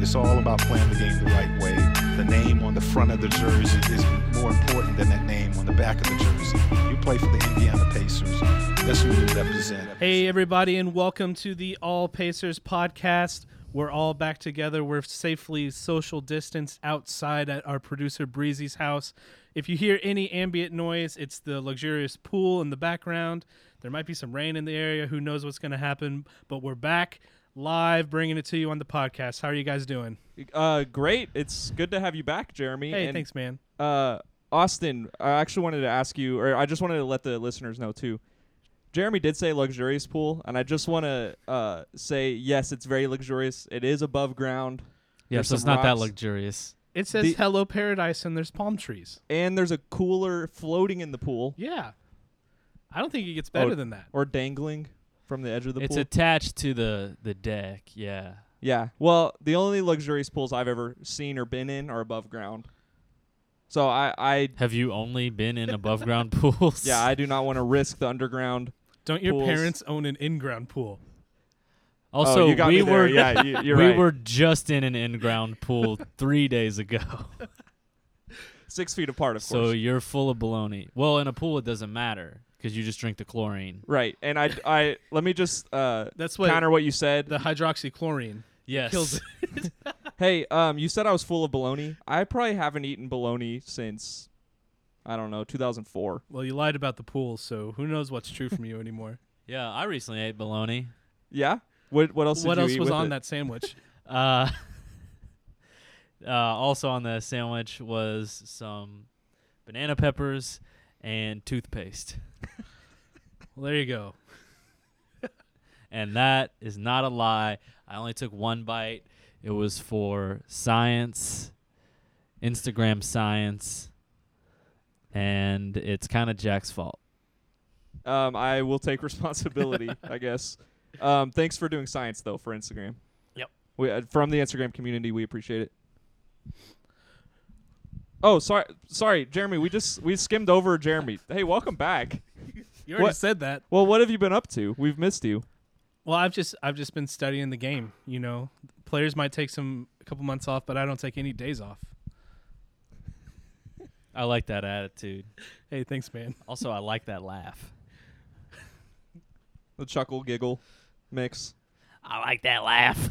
it's all about playing the game the right way. The name on the front of the jersey is more important than that name on the back of the jersey. You play for the Indiana Pacers. That's who you represent. Hey, everybody, and welcome to the All Pacers podcast. We're all back together. We're safely social distanced outside at our producer Breezy's house. If you hear any ambient noise, it's the luxurious pool in the background. There might be some rain in the area. Who knows what's going to happen? But we're back live, bringing it to you on the podcast. How are you guys doing? Uh, great. It's good to have you back, Jeremy. Hey, and, thanks, man. Uh, Austin, I actually wanted to ask you, or I just wanted to let the listeners know too. Jeremy did say luxurious pool, and I just want to uh, say yes, it's very luxurious. It is above ground. Yeah, There's so it's some not that rocks. luxurious. It says The- "Hello Paradise" and there's palm trees. and there's a cooler floating in the pool Yeah, I don't think it gets better Oh. than that. or dangling from the edge of the it's pool. attached to the the deck. Yeah. yeah. Well, the only luxurious pools I've ever seen or been in are above ground. So I, I Have you only been in above ground pools? yeah, I do not want to risk the underground. Don't your Pools. parents own an in-ground pool? also, oh, you got we me there. were Yeah, you, you're we right. were just in an in ground pool three days ago. six feet apart, of So course. you're full of baloney. Well, in a pool it doesn't matter because you just drink the chlorine. Right, and I, I let me just uh, That's what counter what you said. the hydroxychlorine. Yes. Kills it. hey, um, you said I was full of bologna. I probably haven't eaten bologna since, I don't know, 2004. Well, you lied about the pool, so who knows what's true from you anymore? Yeah, I recently ate bologna. Yeah. What what else? what did you else eat was with on it? that sandwich? Uh, uh, also on the sandwich was some banana peppers and toothpaste, well, there you go. and that is not a lie. I only took one bite. It was for science, Instagram science, and it's kind of Jack's fault. Um, I will take responsibility, I guess. Um, thanks for doing science though for Instagram. Yep. We uh, from the Instagram community, we appreciate it. Oh, sorry, sorry, Jeremy. We just we skimmed over Jeremy. Hey, welcome back. You already What? said that. Well, what have you been up to? We've missed you. Well, I've just I've just been studying the game. You know, players might take some a couple months off, but I don't take any days off. I like that attitude. Hey, thanks, man. Also, I like that laugh. The chuckle giggle mix. I like that laugh.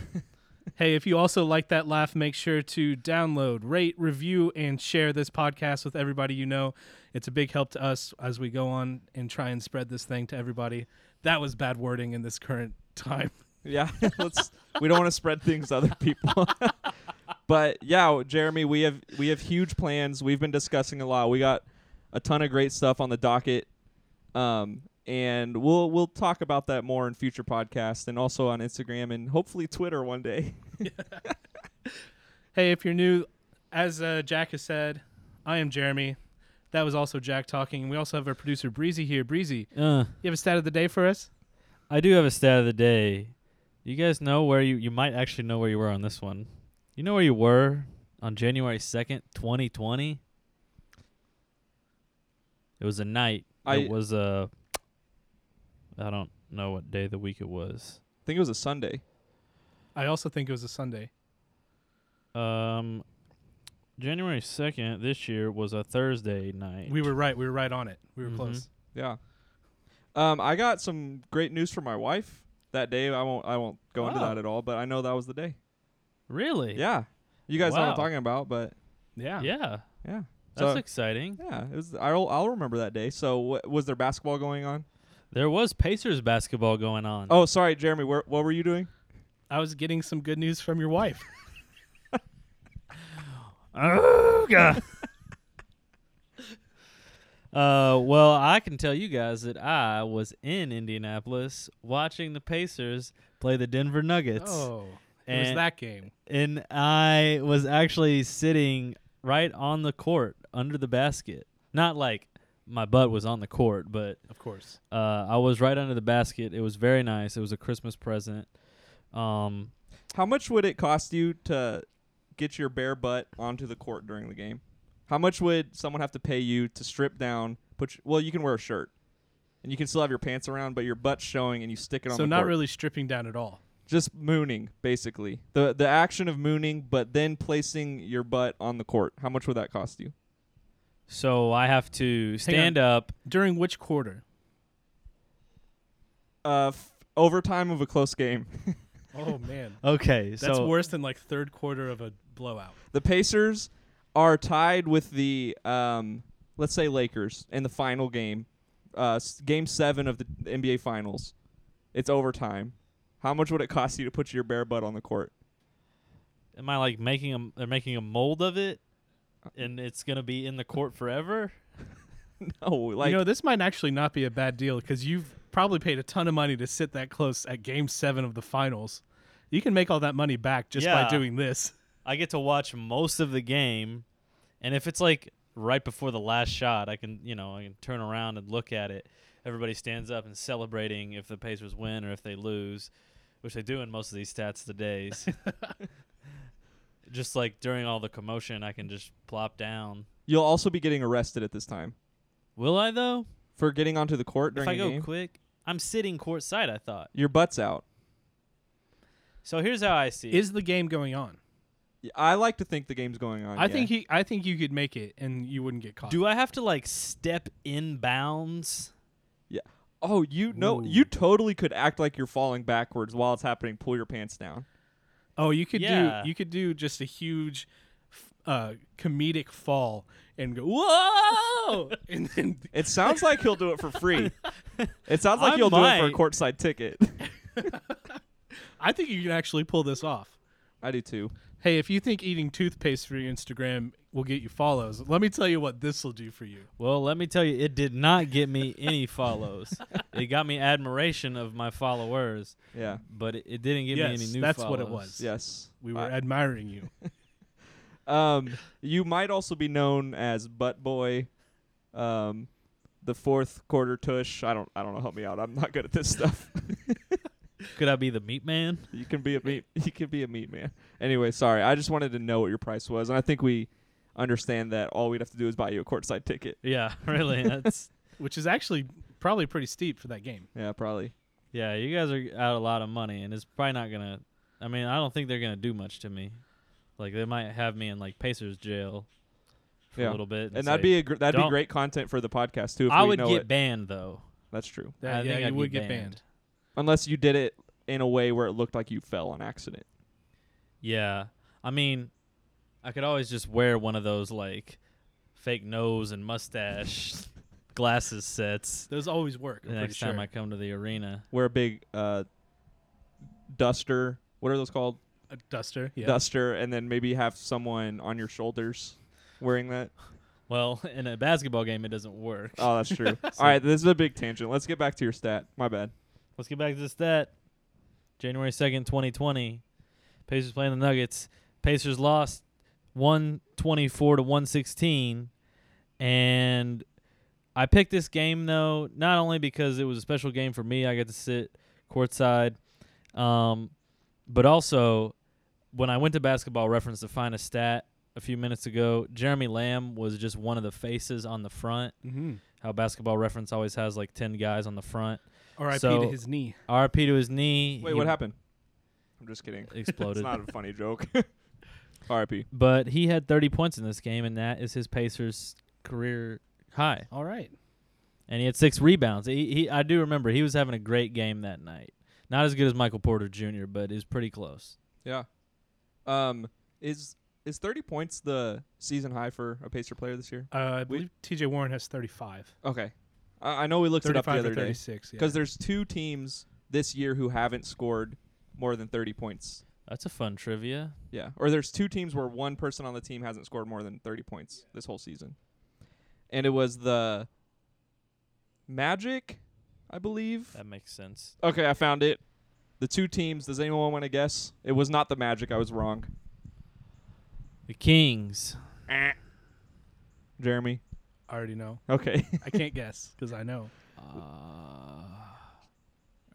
Hey, if you also like that laugh, make sure to download, rate, review, and share this podcast with everybody you know. It's a big help to us as we go on and try and spread this thing to everybody. That was bad wording in this current time. Yeah, let's. we don't want to spread things to other people. but yeah, Jeremy, we have we have huge plans. We've been discussing a lot. We got a ton of great stuff on the docket, um, and we'll we'll talk about that more in future podcasts and also on Instagram and hopefully Twitter one day. Hey, if you're new, as uh, Jack has said, I am Jeremy. That was also Jack talking. And we also have our producer Breezy here. Breezy, Uh, you have a stat of the day for us? I do have a stat of the day. You guys know where you you might actually know where you were on this one. You know where you were on January second, twenty twenty. It was a night. I- it was a. I don't know what day of the week it was. I think it was a Sunday. I also think it was a Sunday. Um, January second this year was a Thursday night. We were right. We were right on it. We were Mhm. close. Yeah. Um, I got some great news from my wife that day. I won't I won't go into Oh. that at all, but I know that was the day. really. Yeah. You guys know what I'm Wow. talking about, but Yeah. Yeah. yeah. That's So- exciting. Yeah, it was. I'll I'll remember that day. So, wha- was there basketball going on? There was Pacers basketball going on. Oh, sorry, Jeremy. Where, what were you doing? I was getting some good news from your wife. Oh god. uh, well, I can tell you guys that I was in Indianapolis watching the Pacers play the Denver Nuggets, oh, it was and- that game. and I was actually sitting right on the court under the basket. Not like my butt was on the court, but Of course. uh, I was right under the basket. It was very nice. It was a Christmas present. Um, How much would it cost you to get your bare butt onto the court during the game? How much would someone have to pay you to strip down? Put your, well, you can wear a shirt, and you can still have your pants around, but your butt's showing, and you stick it on. So the not court. really stripping down at all. just mooning basically the the action of mooning, but then placing your butt on the court. How much would that cost you? So I have to stand up. During which quarter? Uh, f- overtime of a close game. Oh man, Okay, that's so worse than like third quarter of a blowout. The Pacers are tied with the um, let's say Lakers in the final game, uh, s- game seven of the NBA Finals. It's overtime. How much would it cost you to put your bare butt on the court? am I like making a they're making a mold of it, and it's gonna be in the court forever? No, like you know, this might actually not be a bad deal because you've probably paid a ton of money to sit that close at Game Seven of the Finals. You can make all that money back just by Yeah. doing this. I get to watch most of the game, and if it's like right before the last shot, I can you know I can turn around and look at it. Everybody stands up and celebrating if the Pacers win or if they lose, which they do in most of these stats the days. just like during all the commotion, I can just plop down. you'll also be getting arrested at this time Will I though? for getting onto the court If during I a go game. quick, I'm sitting courtside. I thought. your butt's out. So here's how I see it. Is the game going on? Y- I like to think the game's going on. I yeah. think he. I think you could make it, and you wouldn't get caught. Do I have to like step in bounds? Oh, you know, Ooh. you totally could act like you're falling backwards while it's happening. Pull your pants down. oh, you could Yeah. do. You could do just a huge, f- uh, comedic fall and go whoa, and then It sounds like he'll do it for free. It sounds like I you'll do it might. for a courtside ticket. I think you can actually pull this off. I do too. Hey, if you think eating toothpaste for your Instagram will get you follows, let me tell you what this will do for you. Well, let me tell you, it did not get me any follows. it got me admiration of my followers, Yeah. but it, it didn't give me Yes, any new. that's what it follows. was. Yes. Uh, We were admiring you. I- um, you might also be known as Butt Boy, um, the fourth quarter tush. I don't. I don't know. Help me out. I'm not good at this stuff. Could I be the meat man? you can be a meat. You can be a meat man. Anyway, sorry. I just wanted to know what your price was, and I think we understand that all we'd have to do is buy you a courtside ticket. Yeah, really. That's which is actually probably pretty steep for that game. Yeah, probably. yeah. You guys are out a lot of money, and it's probably not gonna. I mean, I don't think they're gonna do much to me. Like they might have me in like Pacers jail for Yeah. a little bit, And that'd be a gr- that'd "Don't." be great content for the podcast too. If I we would know get it. banned though. That's true. I Yeah, think yeah, I'd you be would get banned. banned. Unless you did it in a way where it looked like you fell on accident. Yeah. I mean, I could always just wear one of those like fake nose and mustache glasses sets Those always work. I'm the pretty next sure. time I come to the arena. Wear a big uh, duster. What are those called? A duster. Yeah. Duster, and then maybe have someone on your shoulders wearing that. Well, in a basketball game, it doesn't work. Oh, that's true. All right, this is a big tangent. Let's get back to your stat. My bad. Let's get back to the stat. January 2nd, 2020. Pacers playing the Nuggets. Pacers lost 124 to 116. And I picked this game, though, not only because it was a special game for me, I got to sit courtside, um, but also when I went to basketball reference to find a stat a few minutes ago, Jeremy Lamb was just one of the faces on the front. Mm-hmm. How basketball reference always has like 10 guys on the front. R.I.P. to So- his knee. RP to his knee. Wait, He what happened? I'm just kidding. It's Exploded. not a funny joke. R.I.P. but he had 30 points in this game, and that is his Pacers career high. All right. And he had six rebounds. He, he, I do remember he was having a great game that night. Not as good as Michael Porter Jr., but it was pretty close. Yeah. Um, is is 30 points the season high for a Pacer player this year? Uh, I We- believe T.J. Warren has 35. Okay. I, I know we looked it up the 35 or other day 36. Yeah. because there's two teams this year who haven't scored more than 30 points. That's a fun trivia. Yeah. Or there's two teams where one person on the team hasn't scored more than 30 points this whole season. And it was the Magic, I believe. That makes sense. Okay, I found it. The two teams. Does anyone want to guess? It was not the Magic. I was wrong. The Kings. Jeremy. I already know. Okay. I can't guess because I know. Uh,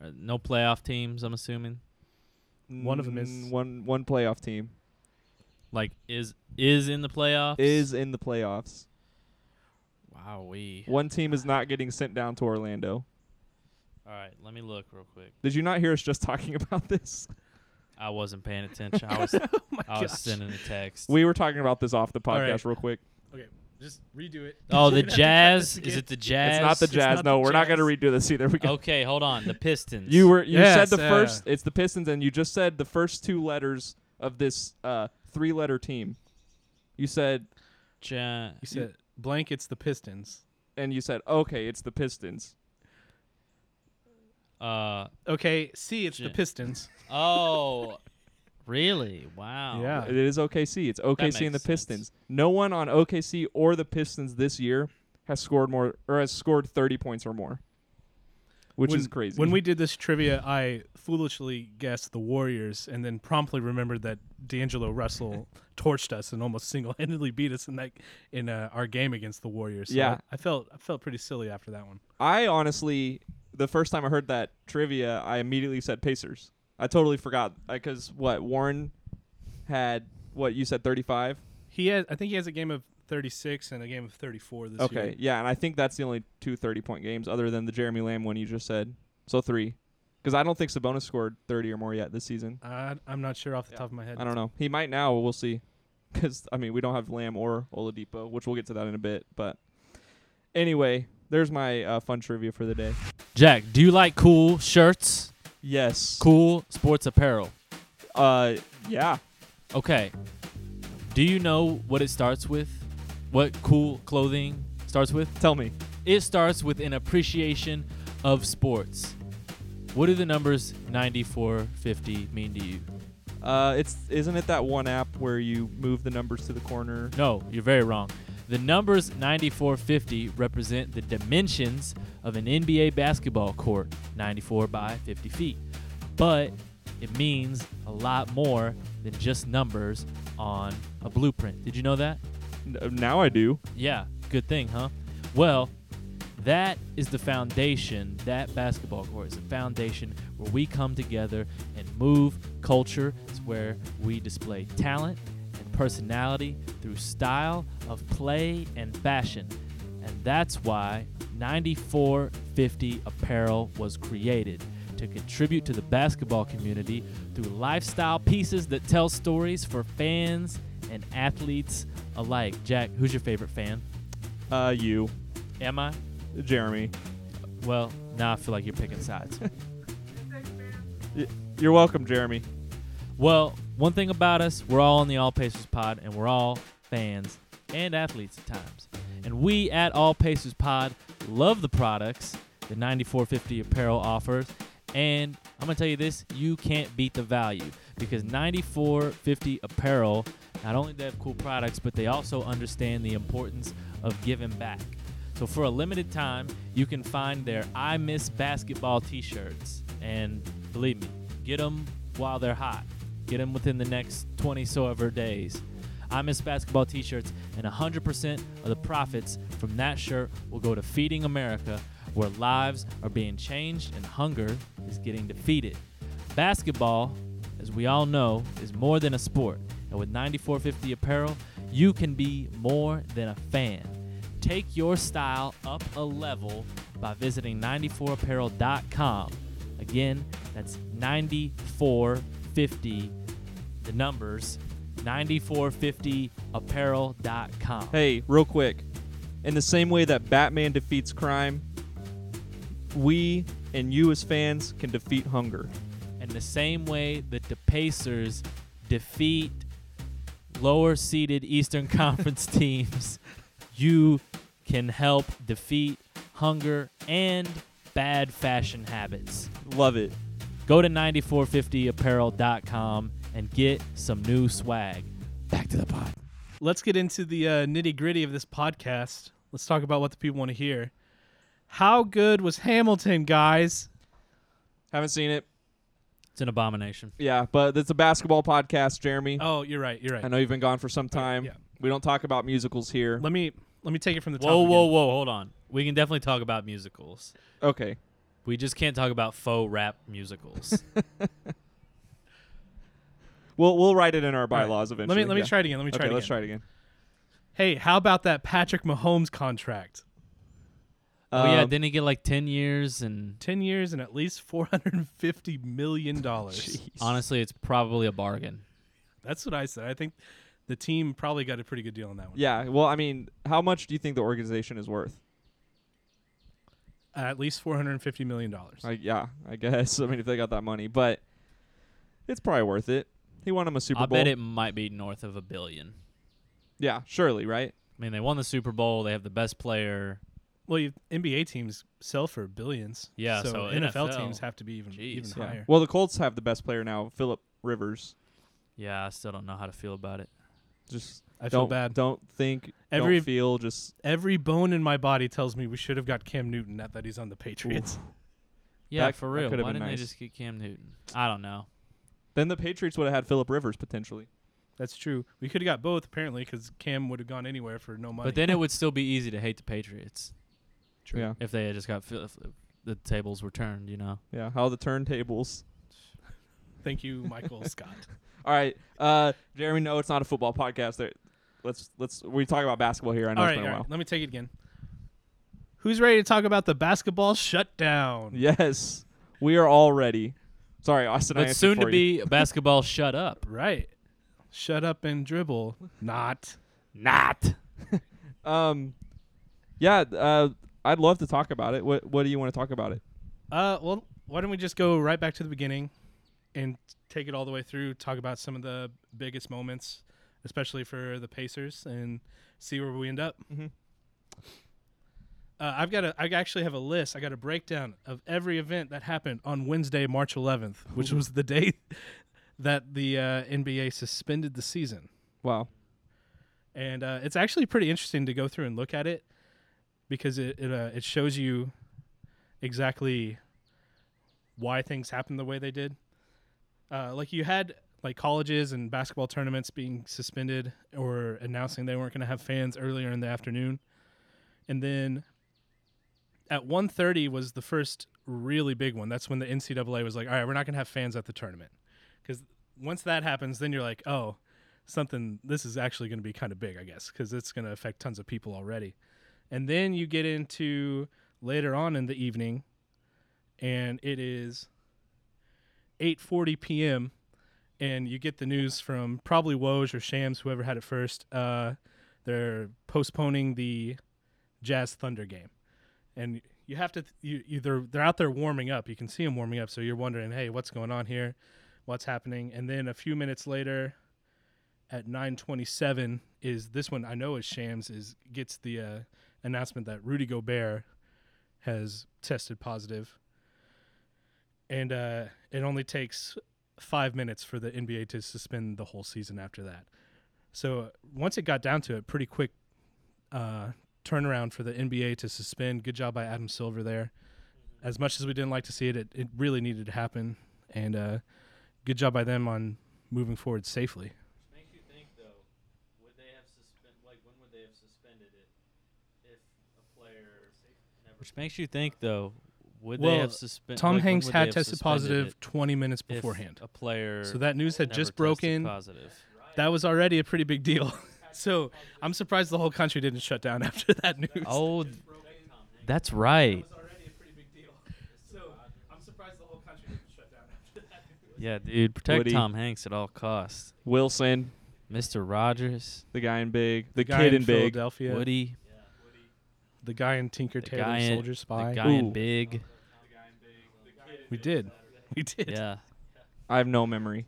are no playoff teams, I'm assuming. One of 'em is- Mm, one one playoff team Like is is in the playoffs. is in the playoffs. wow we. One team is not getting sent down to Orlando. All right, let me look real quick. Did you not hear us just talking about this? I wasn't paying attention. I was oh my I was gosh. sending a text. We were talking about this off the All right. podcast real quick. Okay, just redo it. oh, We're gonna have to the cut this Jazz. Is again. it the Jazz? It's not the It's Jazz. not no, the we're not going to Jazz. Oh, redo this either. We got, Okay, hold on. The Pistons. You were you Yes, said the yeah. first. It's the Pistons, and you just said the first two letters of this uh, three-letter team. You said, Ja- You said blankets the Pistons. and you said, okay, it's the Pistons. uh Okay, see, it's the Ja- Pistons. oh. really? Wow. Yeah. It is OKC. It's OKC and the makes sense. Pistons. No one on OKC or the Pistons this year has scored more or has scored 30 points or more, which when, is crazy. When we did this trivia, I foolishly guessed the Warriors and then promptly remembered that D'Angelo Russell torched us and almost single-handedly beat us in that in uh, our game against the Warriors. So Yeah. I, I felt I felt pretty silly after that one. I honestly, the first time I heard that trivia, I immediately said Pacers. I totally forgot because what Warren had what you said 35. He has, I think he has a game of 36 and a game of 34 this year. Okay, yeah, and I think that's the only two 30 point games other than the Jeremy Lamb one you just said. So three, because I don't think Sabonis scored 30 or more yet this season. I, I'm not sure off the Yeah. top of my head. I don't know. He might now. We'll see. Because I mean, we don't have Lamb or Oladipo, which we'll get to that in a bit. But anyway, there's my uh, fun trivia for the day. Jack, do you like cool shirts? Yes. Cool sports apparel. Uh, yeah. Okay. Do you know what it starts with? What cool clothing starts with? Tell me. It starts with an appreciation of sports. What do the numbers 94, 50 mean to you? Uh, it's isn't it that one app where you move the numbers to the corner? No, you're very wrong. The numbers 9450 represent the dimensions of an NBA basketball court, 94 by 50 feet. But it means a lot more than just numbers on a blueprint. Did you know that? N- uh, now I do. Yeah, good thing, huh? Well, that is the foundation. That basketball court is the foundation where we come together and move culture. It's where we display talent and personality through style of play and fashion. And that's why 9450 Apparel was created to contribute to the basketball community through lifestyle pieces that tell stories for fans and athletes alike. Jack, who's your favorite fan? Uh, you, Am I? Jeremy. Well, now I feel like you're picking sides. Y- you're welcome, Jeremy. well, one thing about us, we're all on the All Pacers pod, and we're all fans and athletes at times. And we at All Pacers pod love the products the 9450 apparel offers. And I'm going to tell you this you can't beat the value because 9450 apparel, not only do they have cool products, but they also understand the importance of giving back. So for a limited time, you can find their I Miss Basketball t shirts. And believe me, get them while they're hot, get them within the next 20 so ever days. I Miss Basketball t shirts, and 100% of the profits from that shirt will go to Feeding America, where lives are being changed and hunger is getting defeated. Basketball, as we all know, is more than a sport, and with 9450 apparel, you can be more than a fan. Take your style up a level by visiting 94apparel.com. Again, that's 9450 the numbers 9450apparel.com. Hey, real quick. In the same way that Batman defeats crime, we and you as fans can defeat hunger. And the same way that the Pacers defeat lower seeded Eastern Conference teams, you can help defeat hunger and bad fashion habits. Love it. Go to 9450apparel.com and get some new swag. Back to the pod. let's get into the uh, nitty gritty of this podcast. Let's talk about what the people want to hear. How good was Hamilton, guys? Haven't seen it. It's an abomination. Yeah, but it's a basketball podcast, Jeremy. Oh, you're right. You're I right. know you've been gone for some time. yeah. We don't talk about musicals here. Let me let me take it from the top. Whoa, whoa, again. whoa, hold on. We can definitely talk about musicals. Okay. We just can't talk about faux rap musicals. We'll we'll write it in our All right. bylaws Let eventually. me let me yeah. try it again. Let me try okay, it let's again. try it again. Hey, how about that Patrick Mahomes contract? oh yeah, Um, didn't he get like ten years? And 10 years and at least $450 million. Jeez. honestly, it's probably a bargain. That's what I said. I think the team probably got a pretty good deal on that one. Yeah. Well, I mean, how much do you think the organization is worth? At least $450 million. I, yeah, I guess. I mean, if they got that money, but it's probably worth it. He won him a Super I Bowl. bet it might be north of a billion. Yeah, surely, right? I mean, they won the Super Bowl. They have the best player. Well, you, NBA teams sell for billions. Yeah, so, so NFL, NFL, teams have to be even, even jeez. Yeah. higher. Well, the Colts have the best player now, Philip Rivers. Yeah, I still don't know how to feel about it. Just I don't feel bad. Don't think. Every- don't feel. Just Every bone in my body tells me we should have got Cam Newton now that he's on the Patriots. Yeah, That- for that real. Why could've didn't been they nice. just get Cam Newton? I don't know. then the Patriots would have had Philip Rivers potentially. That's true. We could have got both apparently because Cam would have gone anywhere for no money. But then it would still be easy to hate the Patriots True. Yeah, if they had just got Phil- if the tables were turned. You know. yeah. How the turntables. thank you, Michael Scott. All right, uh, Jeremy. No, it's not a football podcast. There, let's let's we talk about basketball here. I know all it's right, been a all while. right. Let me take it again. Who's ready to talk about the basketball shutdown? Yes, we are all ready. Sorry, Austin. I But answered soon to for you. be basketball shut up. Right. Shut up and dribble. Not. Not. Um, yeah. Uh, I'd love to talk about it. What What do you want to talk about it? Uh, well, why don't we just go right back to the beginning and take it all the way through, talk about some of the biggest moments, especially for the Pacers, and see where we end up. Mhm. Uh, I've got a, I actually have a list. I got a breakdown of every event that happened on Wednesday, March 11th, which was the day that the uh, NBA suspended the season. Wow. and uh, it's actually pretty interesting to go through and look at it because it it, uh, it shows you exactly why things happened the way they did. Uh, like you had like colleges and basketball tournaments being suspended or announcing they weren't going to have fans earlier in the afternoon, and then at 1.30 was the first really big one. That's when the NCAA was like, "All right, we're not going to have fans at the tournament," because once that happens, then you're like, "Oh." something this is actually going to be kind of big i guess because it's going to affect tons of people already and then you get into later on in the evening and it is 8.40 p.m and you get the news from probably woj or shams whoever had it first uh, they're postponing the jazz thunder game and you have to th- you, you they're, they're out there warming up you can see them warming up so you're wondering hey what's going on here what's happening and then a few minutes later at 9:27 is this one I know is Shams is gets the uh, announcement that Rudy Gobert has tested positive, and uh, it only takes five minutes for the NBA to suspend the whole season after that. So uh, once it got down to it, pretty quick uh, turnaround for the NBA to suspend. Good job by Adam Silver there. As much as we didn't like to see it, it, it really needed to happen, and uh, good job by them on moving forward safely. Makes you think though, would they have suspend like when would they have suspended it if a player never Which makes you think though, would they Well, have suspended Tom Hanks had tested positive 20 minutes beforehand. a player So that news had never just tested broken. positive. That was already a pretty big deal. so I'm surprised the whole country didn't shut down after that news. Oh, that's right. already a pretty big deal. So I'm surprised the whole country didn't shut down after that news. Yeah, dude, protect Woody. Tom Hanks at all costs. Wilson, Mr. Rogers, the guy in big, The the, guy kid in, in big. Philadelphia, Woody, the guy in Tinker the Tailor guy in Soldier Spy. the guy in Ooh. Big. we did. We did. Yeah. I have no memory.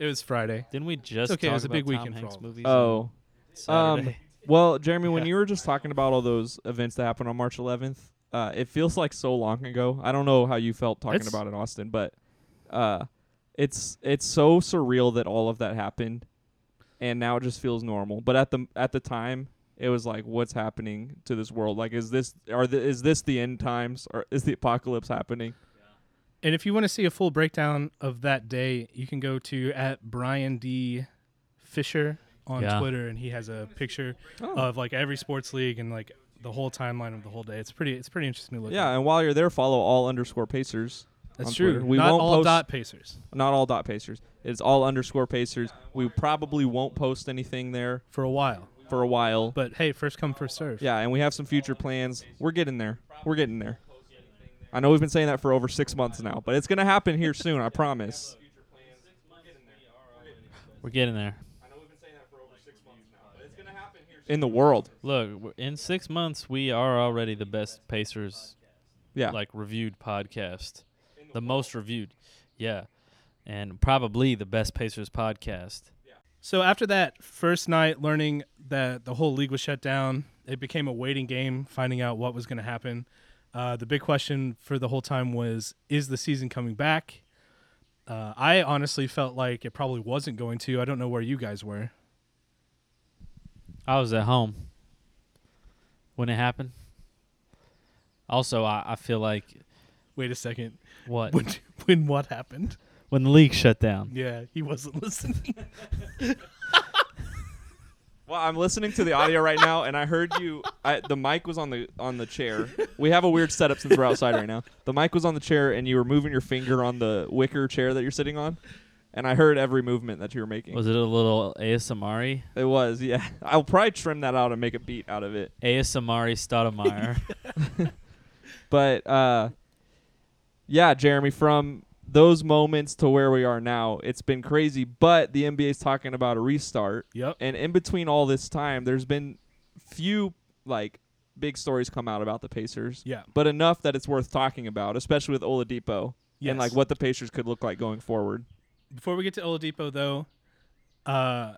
It was Friday. Didn't we just okay, it talk was a about big Tom weekend for Hanks all of us. movies? Oh. Um, on Saturday? well, Jeremy, when Yeah. you were just talking about all those events that happened on March 11th, uh, it feels like so long ago. I don't know how you felt talking It's- about it, Austin, but uh, it's it's so surreal that all of that happened, and now it just feels normal. But at the at the time, it was like, what's happening to this world? Like, is this are the, is this the end times or is the apocalypse happening? And if you want to see a full breakdown of that day, you can go to at Brian D. Fisher on Yeah. Twitter, and he has a picture Oh. of like every sports league and like the whole timeline of the whole day. It's pretty. It's pretty interesting to look. Yeah, at. and while you're there, follow all underscore Pacers. that's on true. Twitter. We Not won't all post dot Pacers not all dot Pacers. It's all underscore Pacers. We probably won't post anything there for a while. for a while. But hey, first come, first serve. Yeah, and we have some future plans. We're getting there. We're getting there. I know we've been saying that for over six months now, but it's gonna happen here soon. I promise. We're getting there. In the world. Look, w- in six months, we are already the best Pacers Yeah. like reviewed podcast, the, most reviewed. Yeah, and probably the best Pacers podcast. So after that first night, learning that the whole league was shut down, it became a waiting game, finding out what was going to happen. Uh, the big question for the whole time was, is the season coming back? Uh, I honestly felt like it probably wasn't going to. I don't know where you guys were. I was at home when it happened. Also, I, I feel like Wait a second. what When, when what happened? when the league shut down. Yeah, he wasn't listening. Well, I'm listening to the audio right now, and I heard you. I, the mic was on the on the chair. We have a weird setup since we're outside right now. The mic was on the chair, and you were moving your finger on the wicker chair that you're sitting on, and I heard every movement that you were making. Was it a little ASMR? it was, yeah. I'll probably trim that out and make a beat out of it. ASMR Stoudemire. But uh, yeah, Jeremy, from those moments to where we are now, it's been crazy. But the NBA's talking about a restart. yep. And in between all this time, there's been few like big stories come out about the Pacers. Yeah. But enough that it's worth talking about, especially with Oladipo Yes. and like what the Pacers could look like going forward. Before we get to Oladipo, though, uh,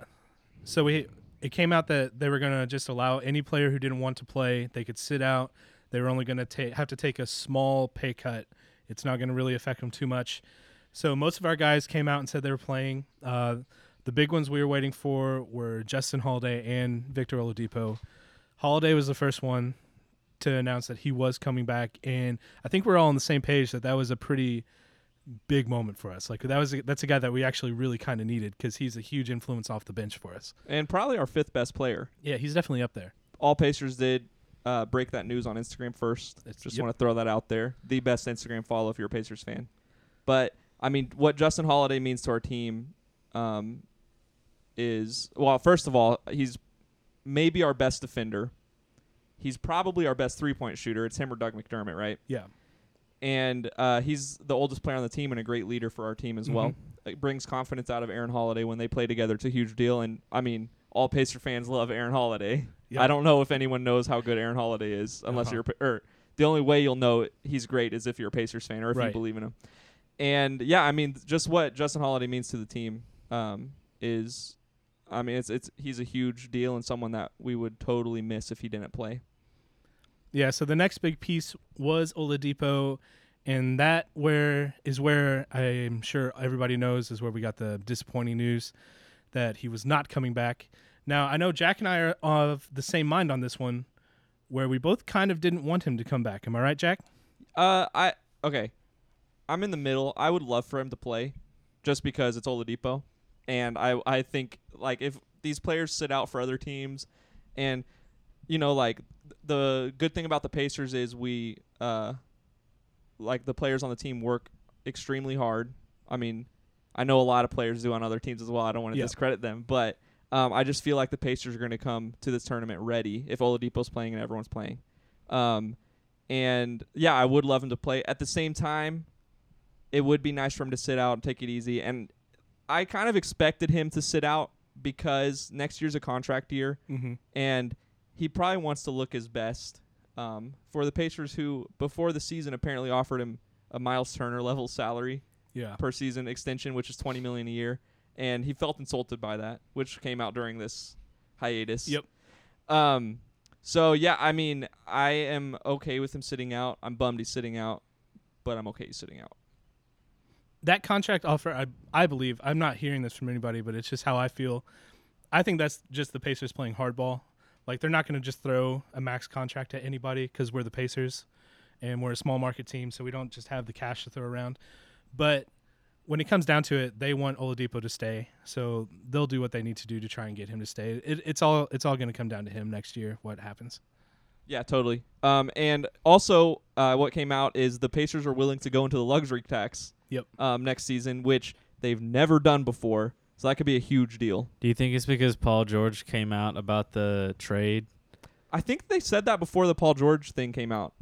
so we it came out that they were going to just allow any player who didn't want to play they could sit out. They were only going to ta- have to take a small pay cut. It's not going to really affect them too much. So most of our guys came out and said they were playing. Uh, the big ones we were waiting for were Justin Holiday and Victor Oladipo. Holiday was the first one to announce that he was coming back, and I think we're all on the same page that that was a pretty big moment for us. Like that was a, that's a guy that we actually really kind of needed because he's a huge influence off the bench for us. And probably our fifth best player. Yeah, he's definitely up there. All Pacers did uh, break that news on Instagram first. That's- Just yep. want to throw that out there. The best Instagram follow if you're a Pacers fan. But I mean, what Justin Holiday means to our team um, is well, first of all, he's maybe our best defender. He's probably our best three point shooter. It's him or Doug McDermott, right? Yeah, and uh, he's the oldest player on the team and a great leader for our team as well. Mm-hmm. It brings confidence out of Aaron Holiday when they play together. It's a huge deal, and I mean, all Pacer fans love Aaron Holiday. Yeah. I don't know if anyone knows how good Aaron Holiday is, unless Uh-huh. you're. a Pa- Or the only way you'll know he's great is if you're a Pacers fan or if Right. you believe in him. And yeah, I mean, just what Justin Holiday means to the team um, is, I mean, it's it's he's a huge deal and someone that we would totally miss if he didn't play. yeah. So the next big piece was Oladipo, and that where is where I'm sure everybody knows is where we got the disappointing news that he was not coming back. Now I know Jack and I are of the same mind on this one, where we both kind of didn't want him to come back. Am I right, Jack? Uh, I okay. I'm in the middle. I would love for him to play, just because it's Oladipo, and I I think like if these players sit out for other teams, and you know like the good thing about the Pacers is we uh like the players on the team work extremely hard. I mean, I know a lot of players do on other teams as well. I don't want to Yeah. discredit them, but um, I just feel like the Pacers are going to come to this tournament ready if Oladipo's playing and everyone's playing. Um, and yeah, I would love him to play. At the same time, it would be nice for him to sit out and take it easy. And I kind of expected him to sit out because next year's a contract year Mm-hmm. and he probably wants to look his best um, for the Pacers, who before the season apparently offered him a Miles Turner level salary Yeah. per season extension, which is twenty million a year, and he felt insulted by that, which came out during this hiatus. Yep. Um. So yeah, I mean, I am okay with him sitting out. I'm bummed he's sitting out, but I'm okay he's sitting out. that contract offer I I believe I'm not hearing this from anybody, but it's just how I feel. I think that's just the Pacers playing hardball. Like they're not going to just throw a max contract at anybody because we're the Pacers and we're a small market team, so we don't just have the cash to throw around. But when it comes down to it, they want Oladipo to stay, so they'll do what they need to do to try and get him to stay. It, it's all it's all going to come down to him next year. What happens? Yeah, totally. Um, and also, uh, what came out is the Pacers are willing to go into the luxury tax. Yep. um, next season, which they've never done before So that could be a huge deal. Do you think it's because Paul George came out about the trade? I think they said that before the Paul George thing came out.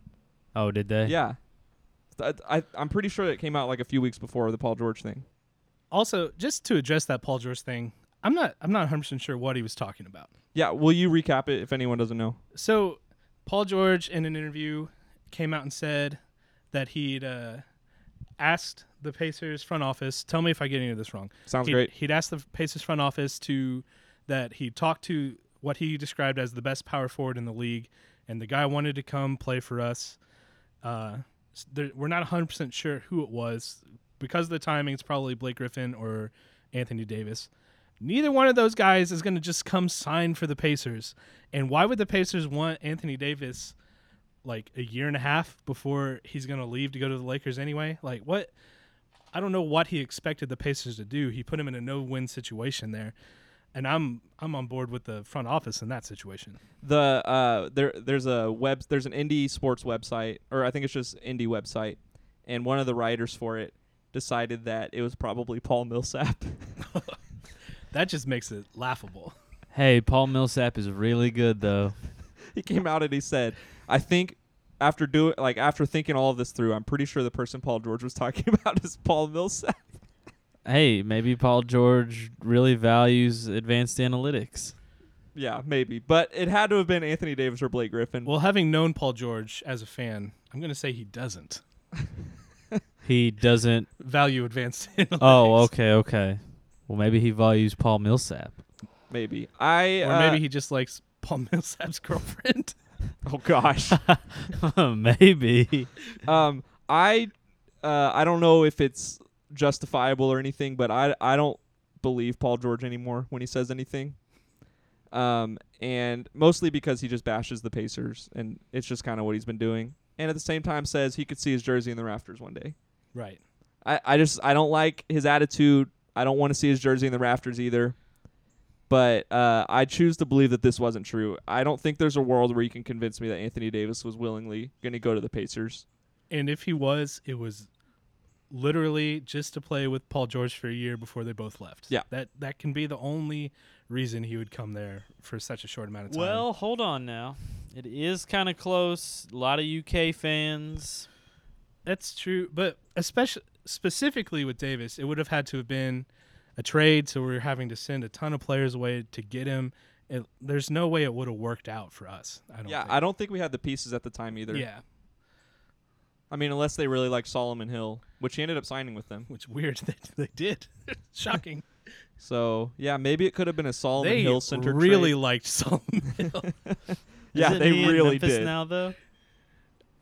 Oh, did they? Yeah. Th- I, I'm pretty sure it came out like a few weeks before the Paul George thing. Also, just to address that Paul George thing, I'm not I'm not 100 percent sure what he was talking about. Yeah, will you recap it if anyone doesn't know? So, Paul George in an interview came out and said that he'd uh, asked the Pacers front office. Tell me if I get any of this wrong. Sounds he'd, great. He'd asked the Pacers front office to that he talked to what he described as the best power forward in the league, and the guy wanted to come play for us. Uh, s- there, we're not 100 percent sure who it was because of the timing. It's probably Blake Griffin or Anthony Davis. Neither one of those guys is going to just come sign for the Pacers. And why would the Pacers want Anthony Davis like a year and a half before he's going to leave to go to the Lakers anyway? Like what? I don't know what he expected the Pacers to do. He put him in a no-win situation there. And I'm I'm on board with the front office in that situation. the uh there there's a web there's an indie sports website or I think it's just indie website and one of the writers for it decided that it was probably Paul Millsap. That just makes it laughable. Hey, Paul Millsap is really good though. he came out and he said, "I think after do like after thinking all of this through, I'm pretty sure the person Paul George was talking about is Paul Millsap." Hey, maybe Paul George really values advanced analytics. yeah, maybe. But it had to have been Anthony Davis or Blake Griffin. Well, having known Paul George as a fan, I'm going to say he doesn't He doesn't. value advanced analytics. Oh, okay, okay. Well, maybe he values Paul Millsap. maybe. I Or Uh, maybe he just likes Paul Millsap's girlfriend. Oh gosh. maybe. um, I uh, I don't know if it's justifiable or anything, but I I don't believe Paul George anymore when he says anything. Um, and mostly because he just bashes the Pacers, and it's just kind of what he's been doing. And at the same time, says he could see his jersey in the rafters one day. right. I, I just I don't like his attitude. I don't want to see his jersey in the rafters either. But uh, I choose to believe that this wasn't true. I don't think there's a world where you can convince me that Anthony Davis was willingly going to go to the Pacers. And if he was, it was literally just to play with Paul George for a year before they both left. Yeah. That that can be the only reason he would come there for such a short amount of time. Well, hold on now. It is kind of close. A lot of UK fans. that's true, but especially specifically with Davis, it would have had to have been a trade, so we are having to send a ton of players away to get him. It, there's no way it would have worked out for us. I don't yeah, think. I don't think we had the pieces at the time either. yeah, I mean, unless they really like Solomon Hill, which he ended up signing with them. which weird that they did. Shocking. So yeah, maybe it could have been a Solomon they Hill centered really liked Solomon Hill. yeah, Isn't they he in really Memphis did. now though.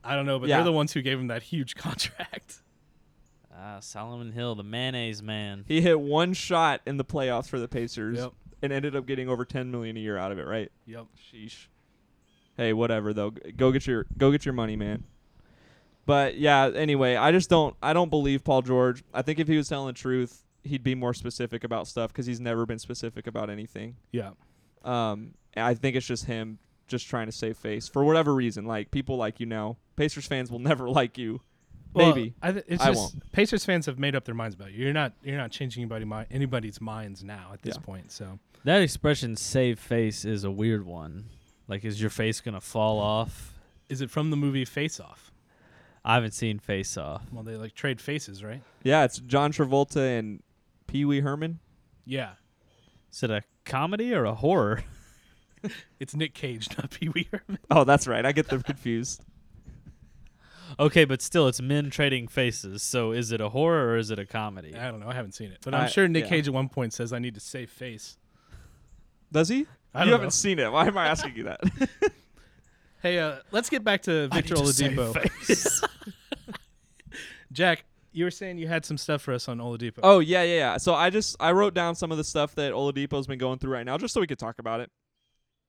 I don't know, but Yeah. they're the ones who gave him that huge contract. Ah, Solomon Hill, the mayonnaise man. He hit one shot in the playoffs for the Pacers Yep. and ended up getting over ten million a year out of it, right? Yep. Sheesh. Hey, whatever though. G- Go get your go get your money, man. But yeah, anyway, I just don't I don't believe Paul George. I think if he was telling the truth, he'd be more specific about stuff because he's never been specific about anything. Yeah. Um, and I think it's just him just trying to save face for whatever reason. Like people like you now, Pacers fans will never like you. Maybe I th- it's I just Pacers fans have made up their minds about you. You're not you're not changing anybody mi- anybody's minds now at this Yeah. point. So That expression "save face" is a weird one. Like, is your face gonna fall off? is it from the movie Face Off? I haven't seen Face Off. Well, they like trade faces, right? yeah, it's John Travolta and Pee Wee Herman. Yeah. Is it a comedy or a horror? It's Nick Cage, not Pee Wee Herman. Oh, that's right. I get them confused. Okay, but still, it's men trading faces. So, is it a horror or is it a comedy? I don't know. I haven't seen it, but I'm I- sure Nick yeah. Cage at one point says, "I need to save face." Does he? I you don't haven't know. seen it. Why am I asking you that? Hey, uh, let's get back to Victor need to save Uh, Oladipo. Jack, you were saying you had some stuff for us on Oladipo. Oh yeah, yeah, yeah. So I just I wrote down some of the stuff that Oladipo's been going through right now, just so we could talk about it.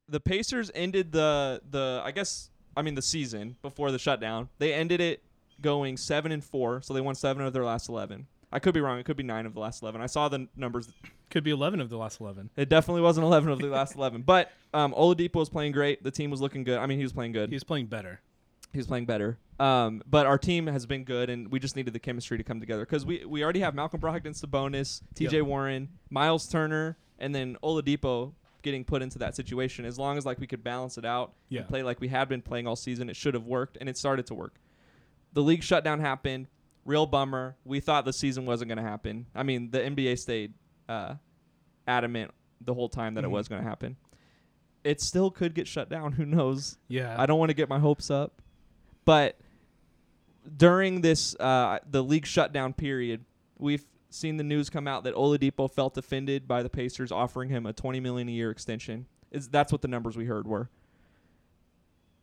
The Pacers ended the the I guess I mean the season before the shutdown. They ended it going seven and four, so they won seven of their last eleven. I could be wrong. It could be nine of the last eleven. I saw the n- numbers. Could be 11 of the last 11. It definitely wasn't eleven of the last eleven. But um, Oladipo was playing great. The team was looking good. I mean, he was playing good. He's playing better. He was playing better. Um, but our team has been good, and we just needed the chemistry to come together because we, we already have Malcolm Brogdon, Sabonis, T.J. Warren, Miles Turner, and then Oladipo getting put into that situation. As long as like we could balance it out, Yeah. and play like we had been playing all season, it should have worked, and it started to work. The league shutdown happened. Real bummer. We thought the season wasn't going to happen. I mean, the NBA stayed uh, adamant the whole time that it was going to happen. It still could get shut down. Who knows? Yeah. I don't want to get my hopes up, but during this uh, the league shutdown period, we've seen the news come out that Oladipo felt offended by the Pacers offering him a 20 million a year extension. Is that's what the numbers we heard were.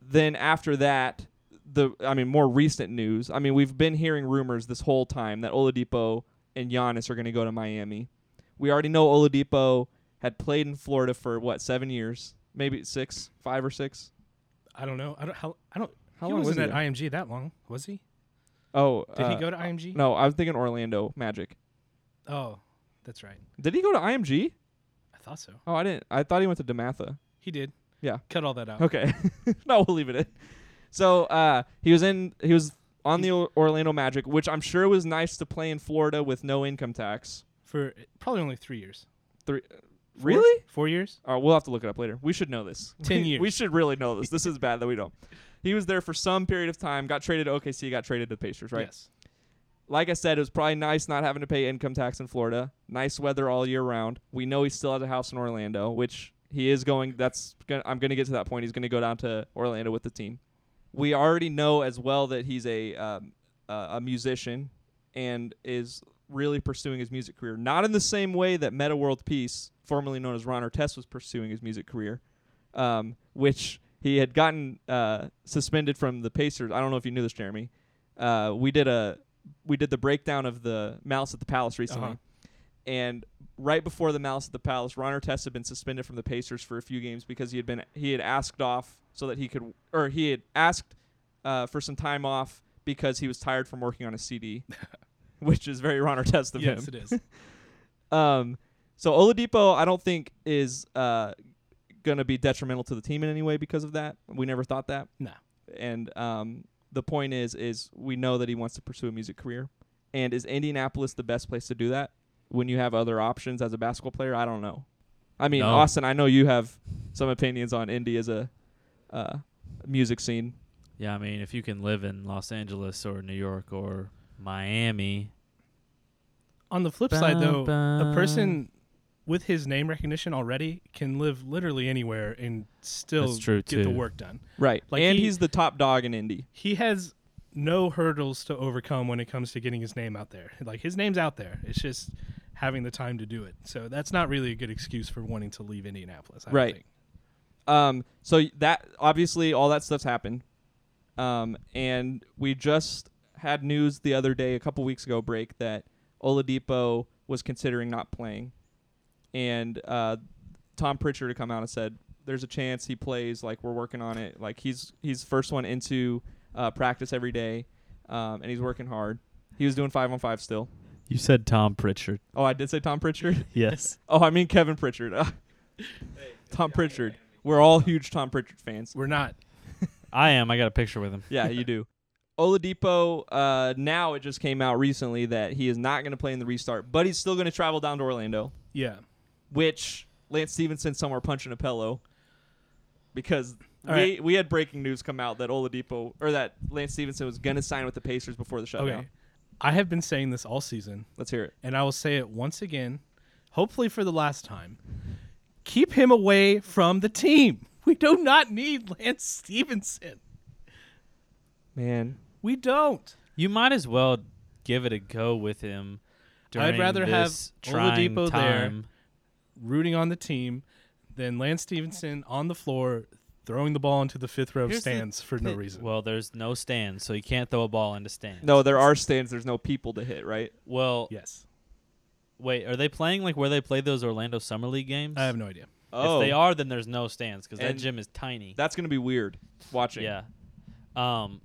Then after that, the I mean more recent news. I mean we've been hearing rumors this whole time that Oladipo and Giannis are going to go to Miami. We already know Oladipo had played in Florida for what seven years, maybe six, five or six. I don't know. I don't. How, I don't. How he long was wasn't he at there? IMG that long, was he? Oh, Did he uh, go to IMG? No, I was thinking Orlando Magic. Oh, that's right. Did he go to IMG? I thought so. Oh, I didn't. I thought he went to Dematha. He did. Yeah. Cut all that out. Okay, no, we'll leave it. In. So uh, he was in. He was on the O- Orlando Magic, which I'm sure was nice to play in Florida with no income tax. For probably only three years. Three. uh, Four- Really? Four years? Oh, we'll have to look it up later. We should know this. 10 We- We years. should really know this. This is bad that we don't. He was there for some period of time. Got traded to OKC. Got traded to the Pacers. Right. Yes. like I said, it was probably nice not having to pay income tax in Florida. Nice weather all year round. We know he still has a house in Orlando, which he is going. That's gonna, I'm going to get to that point. He's going to go down to Orlando with the team. We already know as well that he's a um, uh, a musician and is really pursuing his music career. Not in the same way that Meta World Peace, formerly known as Ron Artest, was pursuing his music career, um, which he had gotten uh, suspended from the Pacers. I don't know if you knew this, Jeremy. Uh, we did a we did the breakdown of the Malice at the Palace recently, Uh-huh. and right before the Malice at the Palace, Ron Artest had been suspended from the Pacers for a few games because he had been he had asked off so that he could or he had asked uh, for some time off because he was tired from working on a CD, which is very Ron Artest of him. Yes, it is. Um, so Oladipo, I don't think is uh, going to be detrimental to the team in any way because of that. We never thought that. No. And um, the point is, is we know that he wants to pursue a music career, and is Indianapolis the best place to do that when you have other options as a basketball player? I don't know. I mean, No. Austin, I know you have some opinions on Indy as a uh, music scene. Yeah, I mean, if you can live in Los Angeles or New York or Miami, On the flip side, though, a Ba-ba. person with his name recognition already can live literally anywhere and still That's true, get the too. work done. Right. Like and he- he's the top dog in Indy. He has no hurdles to overcome when it comes to getting his name out there. Like his name's out there. It's just having the time to do it. So that's not really a good excuse for wanting to leave Indianapolis. I don't Right. think. Um, so that obviously all that stuff's happened. Um, and we just had news the other day, a couple weeks ago, break that Oladipo was considering not playing, and uh, Tom Pritchard had come out and said there's a chance he plays. Like we're working on it. Like he's he's first one into uh, practice every day, um, and he's working hard. He was doing five on five still. you said Tom Pritchard. Oh, I did say Tom Pritchard. Yes. Oh, I mean Kevin Pritchard. Tom Pritchard. We're all huge Tom Pritchard fans. We're not. I am. I got a picture with him. Yeah, you do. Oladipo, uh, now it just came out recently that he is not going to play in the restart, but he's still going to travel down to Orlando, Yeah. which Lance Stevenson somewhere punching a pillow because we, All right. we had breaking news come out that Oladipo or that Lance Stevenson was going to sign with the Pacers before the Okay. shutdown. I have been saying this all season, Let's hear it. and I will say it once again, hopefully for the last time. Keep him away from the team. We do not need Lance Stevenson. Man. We don't. You might as well give it a go with him. I'd during rather have this trying Oladipo there. time. Rooting on the team, then Lance Stevenson on the floor throwing the ball into the fifth row of Here's the stands for no Th- reason. Well, there's no stands, so you can't throw a ball into stands. No, there are stands. There's no people to hit, right? Well, yes. wait, are they playing like where they played those Orlando Summer League games? I have no idea. Oh, If they are, then there's no stands because that And- gym is tiny. That's going to be weird watching. yeah. Um,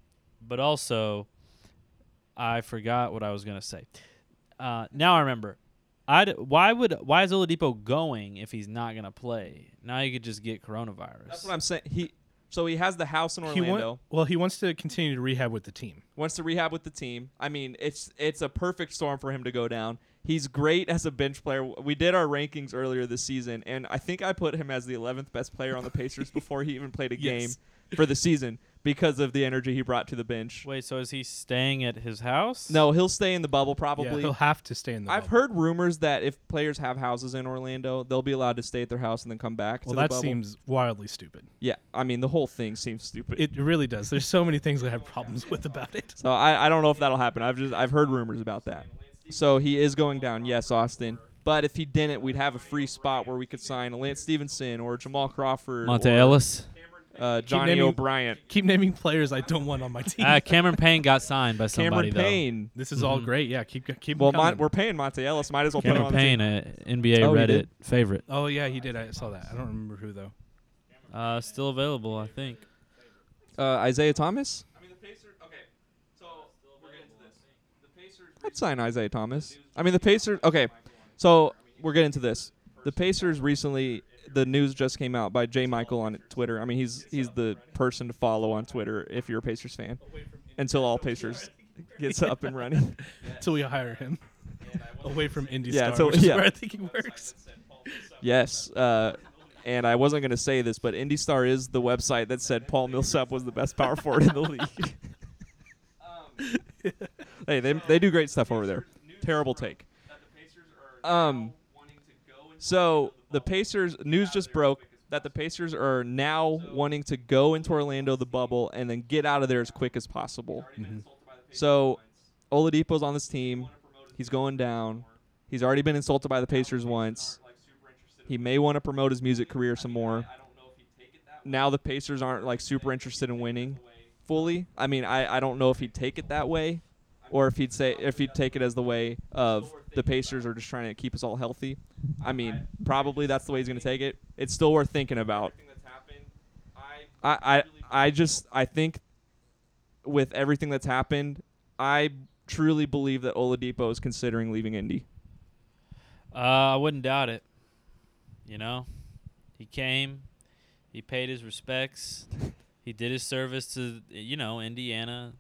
but also, I forgot what I was gonna say. Uh, now I remember. I'd, why would why is Oladipo going if he's not gonna play? Now you could just get coronavirus. That's what I'm saying. He So he has the house in He Orlando. want, well, he wants to continue to rehab with the team. wants to rehab with the team. I mean, it's it's a perfect storm for him to go down. He's great as a bench player. We did our rankings earlier this season, and I think I put him as the 11th best player on the Pacers before he even played a game Yes. for the season because of the energy he brought to the bench. Wait, so is he staying at his house? No, he'll stay in the bubble Yeah, probably. he'll have to stay in the. I've bubble. heard rumors that if players have houses in Orlando, they'll be allowed to stay at their house and then come back Well, to the that bubble. seems wildly stupid. yeah, I mean the whole thing seems stupid. It really does. There's so many things I have problems with about it. So I, I don't know if that'll happen. I've just I've heard rumors about that. So he is going down, yes, Austin. But if he didn't, we'd have a free spot where we could sign a Lance Stevenson or Jamal Crawford, Monte or, Ellis. uh, Johnny naming- O'Brien, Keep naming players I don't want on my team. Ah, Uh, Cameron Payne got signed by somebody Cameron though. Payne. this is all great. Yeah, keep keep. 'em Mhm. Well, Mon- coming. we're paying Monte Ellis. Might as well put him Cameron on the team. Payne, a NBA Oh, he Reddit did? favorite, oh yeah, he did. I saw that. I don't remember who though. uh, still available, I think. Uh, Isaiah Thomas. I'd sign Isaiah Thomas. I mean, the Pacers. Okay, so we're getting to this. The Pacers recently, the news just came out by Jay Michael on Twitter. I mean, he's he's the person to follow on Twitter if you're a Pacers fan, until all Pacers gets up and running. Until we hire him away from Indy Yeah, Star, so- which is yeah. where I think he works. Yes, uh, and I wasn't gonna say this, but IndyStar is the website that said Paul Millsap was the best power forward in the league. hey, they they do great stuff over there. Terrible take. Um, so the Pacers news just broke that the Pacers are now wanting to go into Orlando the bubble and then get out of there as quick as possible. So Oladipo's on this team. He's going down. He's already been insulted by the Pacers once. He may want to promote his music career some more. Now the Pacers aren't like super interested in winning fully. I mean, I, I don't know if he'd take it that way or if he'd say if he'd take it as the way of the Pacers are just trying to keep us all healthy. I mean, probably that's the way he's going to take it. It's still worth thinking about. I, I I just I think with everything that's happened, I truly believe that Oladipo is considering leaving Indy. Uh, I wouldn't doubt it. You know, he came, he paid his respects, he did his service to you know Indiana,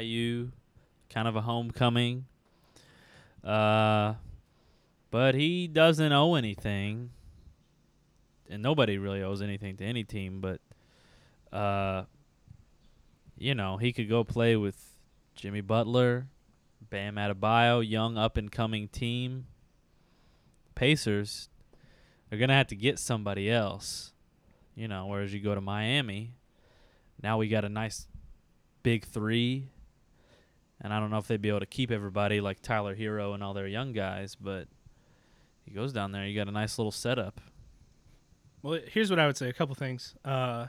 IU, kind of a homecoming. Uh, but he doesn't owe anything, and nobody really owes anything to any team. But, uh, you know, he could go play with Jimmy Butler, Bam Adebayo, young up and coming team. Pacers, they're gonna have to get somebody else. You know, whereas you go to Miami, now we got a nice big three. And I don't know if they'd be able to keep everybody like Tyler Hero and all their young guys, but he goes down there, you got a nice little setup. Well, here's what I would say: a couple things. Uh,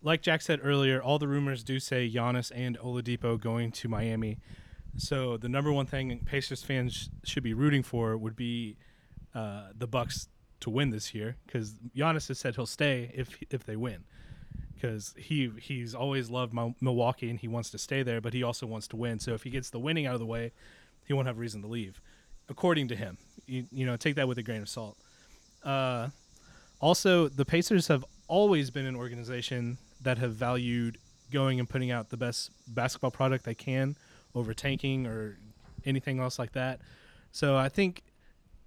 like Jack said earlier, all the rumors do say Giannis and Oladipo going to Miami. So the number one thing Pacers fans sh- should be rooting for would be uh, the Bucks to win this year, because Giannis has said he'll stay if if they win, because he he's always loved Mil- Milwaukee and he wants to stay there, but he also wants to win. So if he gets the winning out of the way, he won't have reason to leave, according to him. You, you know, take that with a grain of salt. Uh, also, the Pacers have always been an organization that have valued going and putting out the best basketball product they can over tanking or anything else like that. So I think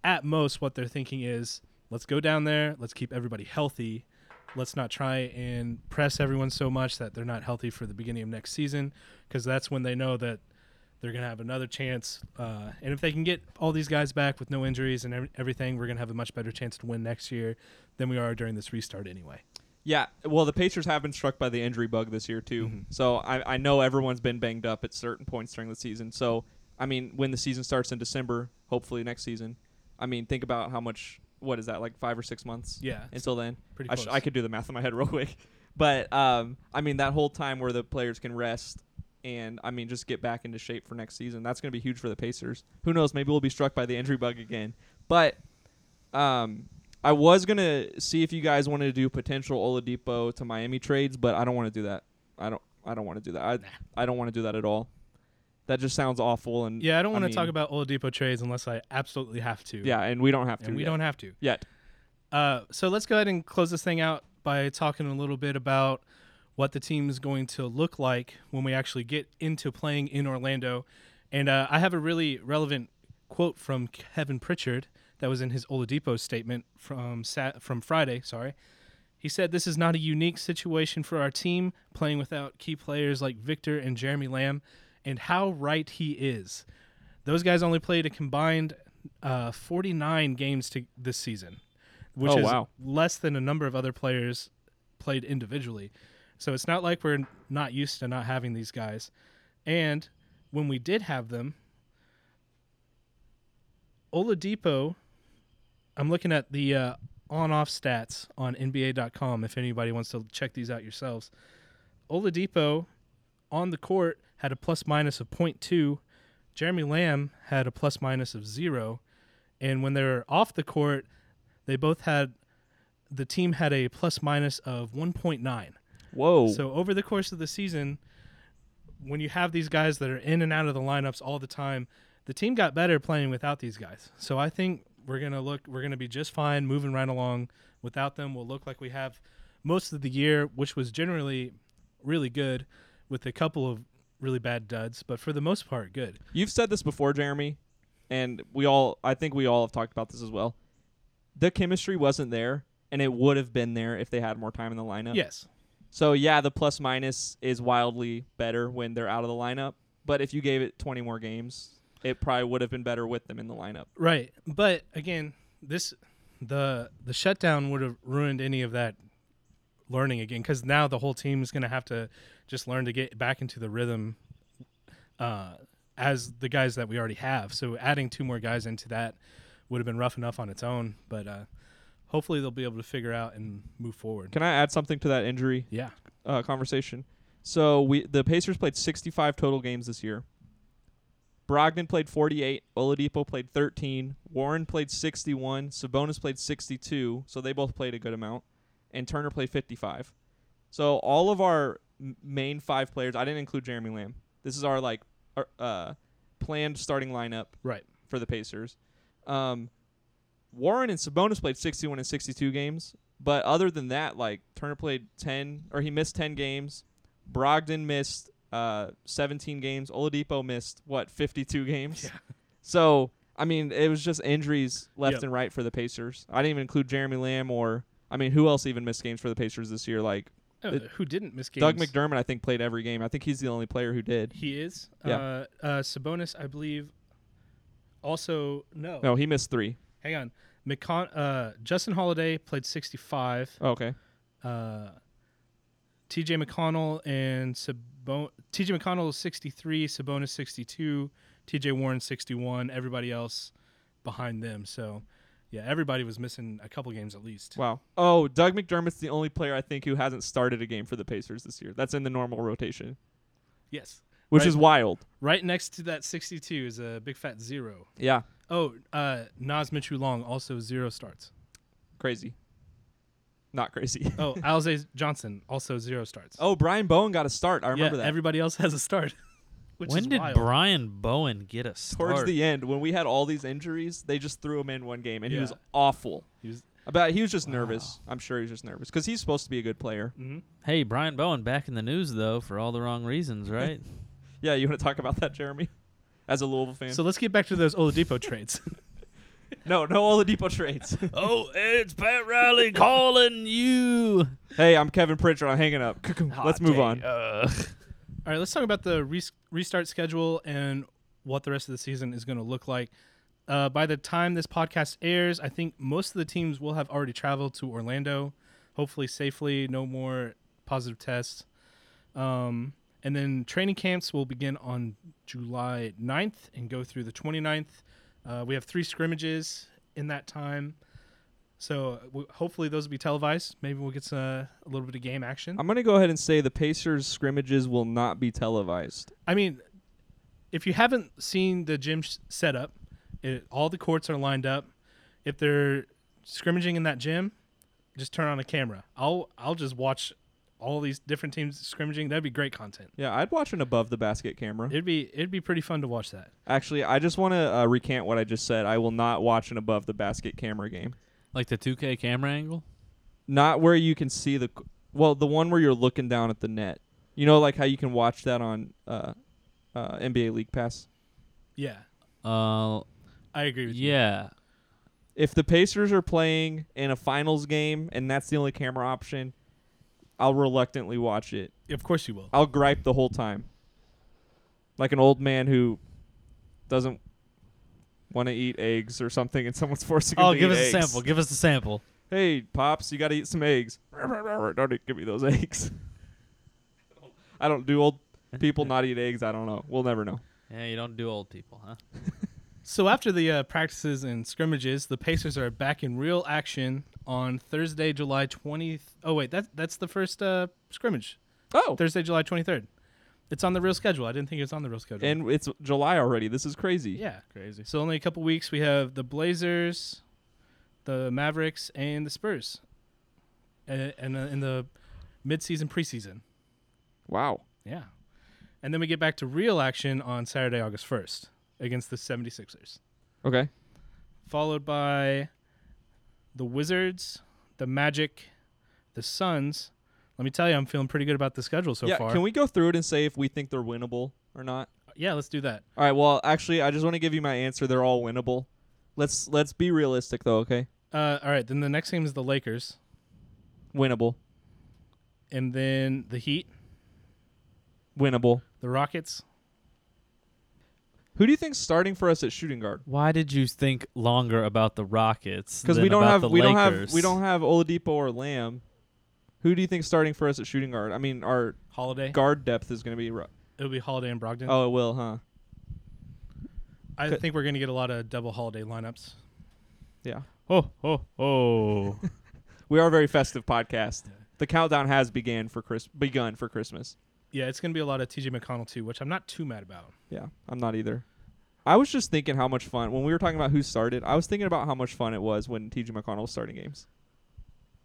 at most what they're thinking is let's go down there, let's keep everybody healthy. Let's not try and press everyone so much that they're not healthy for the beginning of next season because that's when they know that they're going to have another chance. Uh, and if they can get all these guys back with no injuries and ev- everything, we're going to have a much better chance to win next year than we are during this restart anyway. Yeah, well, the Pacers have been struck by the injury bug this year too. Mm-hmm. So I, I know everyone's been banged up at certain points during the season. So I mean, when the season starts in December, hopefully next season, I mean, think about how much. What is that like five or six months? Yeah. Until then, Pretty I, sh- close. I could do the math in my head real quick, but um, I mean that whole time where the players can rest and I mean just get back into shape for next season. That's going to be huge for the Pacers. Who knows? Maybe we'll be struck by the injury bug again. But um, I was gonna see if you guys wanted to do potential Oladipo to Miami trades, but I don't want to do that. I don't. I don't want to do that. I I don't want to do that at all. That just sounds awful. And Yeah, I don't want to mean, talk about Oladipo trades unless I absolutely have to. Yeah, and we don't have to. And we yet. don't have to. yet. Uh, so let's go ahead and close this thing out by talking a little bit about what the team's going to look like when we actually get into playing in Orlando. And uh, I have a really relevant quote from Kevin Pritchard that was in his Oladipo statement from sat- from Friday. Sorry, he said this is not a unique situation for our team playing without key players like Victor and Jeremy Lamb, and how right he is. Those guys only played a combined uh, 49 games to this season, which Oh, is wow. less than a number of other players played individually. So it's not like we're not used to not having these guys. And when we did have them, Oladipo, I'm looking at the uh, on-off stats on NBA.com. If anybody wants to check these out yourselves, Oladipo on the court had a plus minus of 0.2. Jeremy Lamb had a plus minus of zero, and when they were off the court, they both had the team had a plus minus of 1.9. Whoa. So over the course of the season, when you have these guys that are in and out of the lineups all the time, the team got better playing without these guys. So I think we're gonna look we're gonna be just fine moving right along without them. We'll look like we have most of the year, which was generally really good, with a couple of really bad duds, but for the most part good. You've said this before, Jeremy, and we all I think we all have talked about this as well. The chemistry wasn't there, and it would have been there if they had more time in the lineup. Yes. So yeah, the plus minus is wildly better when they're out of the lineup, but if you gave it 20 more games, it probably would have been better with them in the lineup. Right. But again, this the the shutdown would have ruined any of that learning again cuz now the whole team is going to have to just learn to get back into the rhythm uh as the guys that we already have. So adding two more guys into that would have been rough enough on its own, but uh hopefully they'll be able to figure out and move forward. Can I add something to that injury Yeah. uh, conversation? So we the Pacers played 65 total games this year. Brogdon played 48, Oladipo played 13, Warren played 61, Sabonis played 62, so they both played a good amount, and Turner played 55. So all of our m- main five players, I didn't include Jeremy Lamb. This is our like our, uh, planned starting lineup Right. for the Pacers. Um, Warren and Sabonis played 61 and 62 games, but other than that, like Turner played 10 or he missed 10 games. Brogdon missed uh, 17 games. Oladipo missed what 52 games. Yeah. So I mean, it was just injuries left Yep. and right for the Pacers. I didn't even include Jeremy Lamb or I mean, who else even missed games for the Pacers this year? Like Uh, It- who didn't miss games? Doug McDermott, I think played every game. I think he's the only player who did. He is. Yeah. Uh uh Sabonis, I believe also no. No, he missed three. Hang on. McCon- uh, Justin Holiday played 65. Oh, okay. Uh, TJ McConnell and Sabon- TJ McConnell is 63, Sabonis 62, TJ Warren 61, everybody else behind them. So, yeah, everybody was missing a couple games at least. Wow. Oh, Doug McDermott's the only player I think who hasn't started a game for the Pacers this year. That's in the normal rotation, Yes. which Right. is wild. Right next to that 62 is a big fat zero. Yeah. Oh, uh, Nas Michu Long also zero starts. Crazy. Not crazy. Oh, Alze Johnson also zero starts. oh, Brian Bowen got a start. I remember yeah, that. everybody else has a start. Which when is did wild. Brian Bowen get a start? Towards the end, when we had all these injuries, they just threw him in one game, and he was Yeah. awful. He was- About he was just nervous. I'm sure he was just nervous because he's supposed to be a good player. Mm-hmm. hey, Brian Bowen back in the news though for all the wrong reasons, right? Yeah, you want to talk about that, Jeremy? As a Louisville fan, So let's get back to those Oladipo trades. no, no Oladipo trades. oh, it's Pat Riley calling you. hey, I'm Kevin Pritchard. I'm hanging up. Let's move on. All right, let's talk about the res- restart schedule and what the rest of the season is going to look like. Uh, by the time this podcast airs, I think most of the teams will have already traveled to Orlando, hopefully safely, no more positive tests. Um, and then training camps will begin on July 9th and go through the 29th. Uh, we have three scrimmages in that time. So uh, w- hopefully those will be televised. Maybe we'll get some, a little bit of game action. I'm gonna go ahead and say the Pacers scrimmages will not be televised. I mean, if you haven't seen the gym s- setup, it, all the courts are lined up. If they're scrimmaging in that gym, just turn on a camera. I'll I'll just watch all these different teams scrimmaging. That'd be great content. Yeah, I'd watch an above the basket camera. It'd be it'd be pretty fun to watch that. Actually, I just want to uh, recant what I just said. I will not watch an above the basket camera game. Like the 2K camera angle? Not where you can see the c- well, the one where you're looking down at the net. You know, like how you can watch that on uh, uh, NBA League Pass. Yeah, Uh, I agree with you. yeah. If the Pacers are playing in a finals game and that's the only camera option, I'll reluctantly watch it. Of course you will. I'll gripe the whole time. Like an old man who doesn't want to eat eggs or something and someone's forcing him Oh, to give eat us a eggs. sample. Give us a sample. Hey, Pops, you got to eat some eggs. Don't eat- give me those eggs. I don't do old people not eat eggs. I don't know. We'll never know. Yeah, you don't do old people, huh? So after the uh, practices and scrimmages, the Pacers are back in real action on Thursday, July 20th. Oh wait, that that's the first uh, scrimmage. Oh. Thursday, July 23rd. It's on the real schedule. I didn't think it was on the real schedule. And it's July already. This is crazy. yeah, crazy. So only a couple weeks. We have the Blazers, the Mavericks, and the Spurs, and, and uh, in the midseason preseason. Wow. Yeah. And then we get back to real action on Saturday, August 1st against the 76ers, Okay. followed by the Wizards, the Magic, the Suns. Let me tell you, I'm feeling pretty good about the schedule so yeah. far. Can we go through it and say if we think they're winnable or not? yeah, let's do that. All right. Well, actually, I just want to give you my answer. They're all winnable. Let's let's be realistic though. Okay. Uh, all right, then the next game is the Lakers, Winnable. and then the Heat, Winnable. the Rockets. Who do you think's starting for us at shooting guard? Why did you think longer about the Rockets? Because than we don't about have the we don't have Lakers? we don't have Oladipo or Lamb. Who do you think's starting for us at shooting guard? I mean, our Holiday. guard depth is going to be. Ru- It'll be Holiday and Brogdon. oh, it will, huh? I could- think we're going to get a lot of double holiday lineups. Yeah, Oh, oh, oh. we are a very festive podcast. The countdown has began for Chris begun for Christmas. Yeah, it's going to be a lot of TJ McConnell too, which I'm not too mad about. Yeah, I'm not either. I was just thinking how much fun when we were talking about who started. I was thinking about how much fun it was when T.J. McConnell was starting games.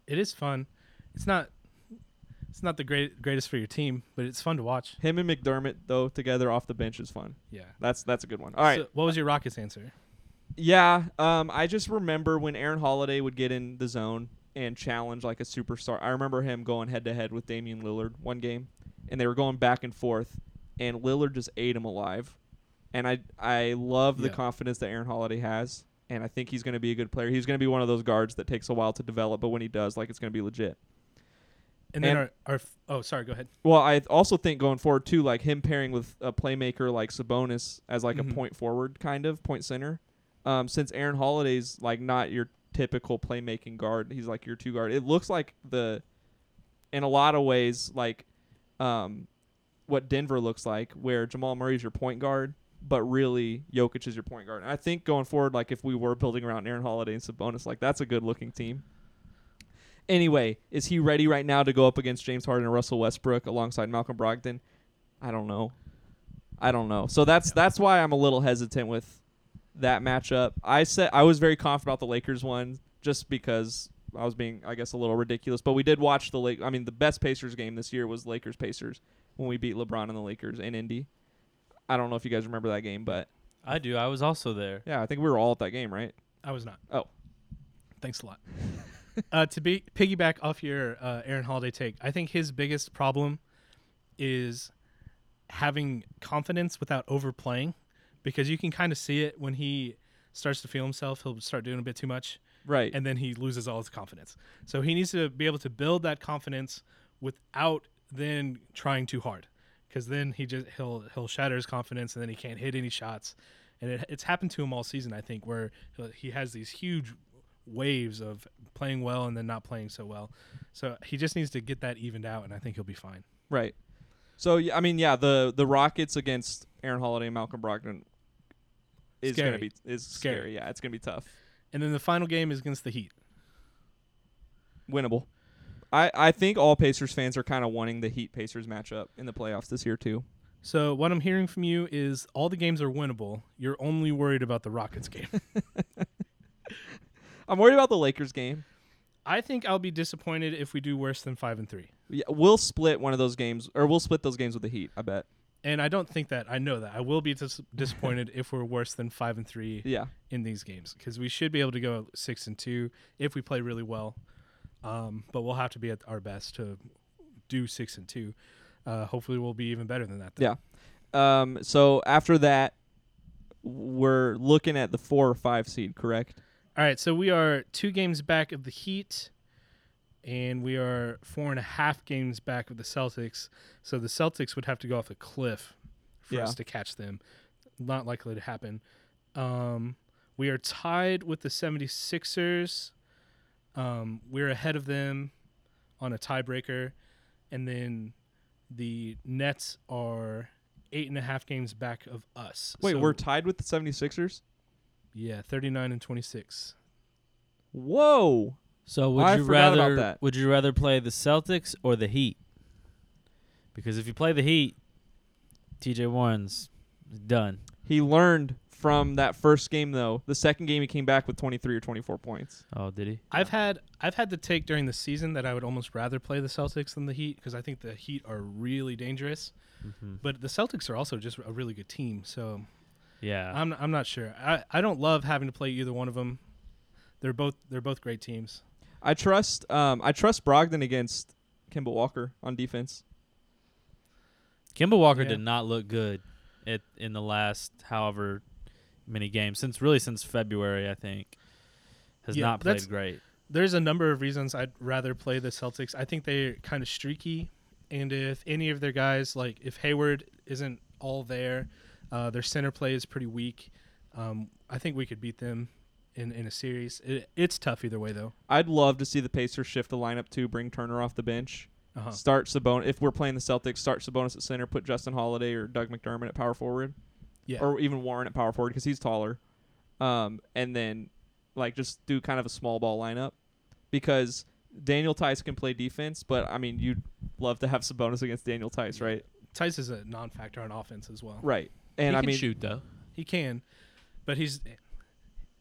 It is fun. It's not it's not the great, greatest for your team, but it's fun to watch. Him and McDermott though together off the bench is fun. Yeah. That's that's a good one. All right. So what was your Rockets answer? Yeah, um, I just remember when Aaron Holiday would get in the zone and challenge like a superstar. I remember him going head to head with Damian Lillard one game, and they were going back and forth, and Lillard just ate him alive. And I I love the Yeah. confidence that Aaron Holiday has, and I think he's going to be a good player. He's going to be one of those guards that takes a while to develop, but when he does, like it's going to be legit. And then And- our, our f- oh sorry, go ahead. Well, I also think going forward too, like him pairing with a playmaker like Sabonis as like Mhm. a point forward kind of point center. Um, since Aaron Holiday's like not your typical playmaking guard, he's like your two guard. It looks like the, in a lot of ways, like, um, what Denver looks like, where Jamal Murray's your point guard, but really Jokic is your point guard. And I think going forward, like if we were building around Aaron Holiday and Sabonis, like that's a good looking team. Anyway, is he ready right now to go up against James Harden and Russell Westbrook alongside Malcolm Brogdon? I don't know. I don't know. So that's that's why I'm a little hesitant with that matchup. I said I was very confident about the Lakers one just because I was being I guess a little ridiculous, but we did watch the Lake I mean the best Pacers game this year was Lakers Pacers when we beat LeBron and the Lakers in Indy. I don't know if you guys remember that game, but I do. I was also there. yeah, I think we were all at that game, right? I was not. Oh. Thanks a lot. uh, to be piggyback off your uh, Aaron Holiday take, I think his biggest problem is having confidence without overplaying, because you can kind of see it when he starts to feel himself. He'll start doing a bit too much, Right. and then he loses all his confidence. So he needs to be able to build that confidence without then trying too hard, because then he just he'll he'll shatter his confidence, and then he can't hit any shots. And it, it's happened to him all season, I think, where he'll- he has these huge waves of playing well and then not playing so well. So he just needs to get that evened out, and I think he'll be fine. Right. So y- I mean, yeah, the the Rockets against Aaron Holiday and Malcolm Brogdon is gonna Scary. be is Scary. scary. Yeah, it's gonna be tough. And then the final game is against the Heat. Winnable. I I think all Pacers fans are kind of wanting the Heat Pacers matchup in the playoffs this year too. So what I'm hearing from you is all the games are winnable. You're only worried about the Rockets game. I'm worried about the Lakers game. I think I'll be disappointed if we do worse than five and three. Yeah, we'll split one of those games, or we'll split those games with the Heat. I bet. And I don't think that. I know that. I will be dis- disappointed if we're worse than five and three Yeah. in these games because we should be able to go six and two if we play really well. Um, but we'll have to be at our best to do six and two. Uh, hopefully, we'll be even better than that. Then. Yeah. Um, so after that, we're looking at the four or five seed, correct? All right, so we are two games back of the Heat, and we are four and a half games back of the Celtics. So the Celtics would have to go off a cliff for Yeah. us to catch them. Not likely to happen. Um, we are tied with the 76ers. Um, we're ahead of them on a tiebreaker. And then the Nets are eight and a half games back of us. Wait, So- we're tied with the 76ers? yeah, 39 and 26. Whoa. So would I you forgot about rather that. would you rather play the Celtics or the Heat? Because if you play the Heat, TJ Warren's done. He learned from that first game, though. The second game, he came back with 23 or 24 points. Oh, did he? I've had I've had the take during the season that I would almost rather play the Celtics than the Heat because I think the Heat are really dangerous, Mm-hmm. but the Celtics are also just a really good team. So Yeah. I'm I'm not sure. I, I don't love having to play either one of them. They're both they're both great teams. I trust um, I trust Brogdon against Kimball Walker on defense. Kimba Walker Yeah. did not look good at in the last however many games since really since February, I think. Has Yeah, not played that's- great. There's a number of reasons I'd rather play the Celtics. I think they're kind of streaky, and if any of their guys like if Hayward isn't all there, uh, their center play is pretty weak. Um, I think we could beat them in in a series. It, it's tough either way though. I'd love to see the Pacers shift the lineup to bring Turner off the bench. Uh-huh. Start Sabonis if we're playing the Celtics. Start Sabonis at center. Put Justin Holiday or Doug McDermott at power forward. Yeah. Or even Warren at power forward because he's taller. Um, and then like just do kind of a small ball lineup because Daniel Tice can play defense, but I mean you'd love to have Sabonis against Daniel Tice, right? Tice is a non-factor on offense as well. Right. And I mean shoot though. He can, but he's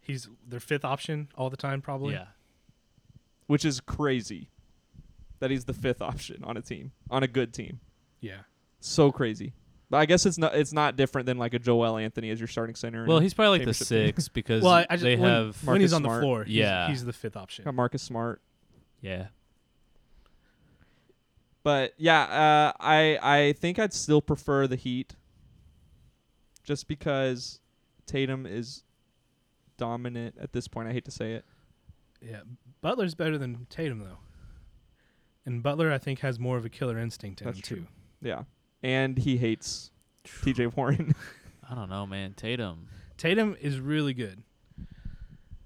he's their fifth option all the time probably. Yeah. which is crazy that he's the fifth option on a team on a good team. Yeah. So crazy. But I guess it's not it's not different than like a Joel Anthony as your starting center. Well, and he's probably like the championship team. six because Well, I, I just they when, have when he's Marcus on the Smart. floor, he's- Yeah. he's, the fifth option. got Marcus Smart. yeah. But yeah, uh, I I think I'd still prefer the Heat. Just because Tatum is dominant at this point. I hate to say it. Yeah. Butler's better than Tatum though. And Butler I think has more of a killer instinct in That's him true. too. Yeah, and he hates T.J. Warren. I don't know, man. Tatum. Tatum is really good.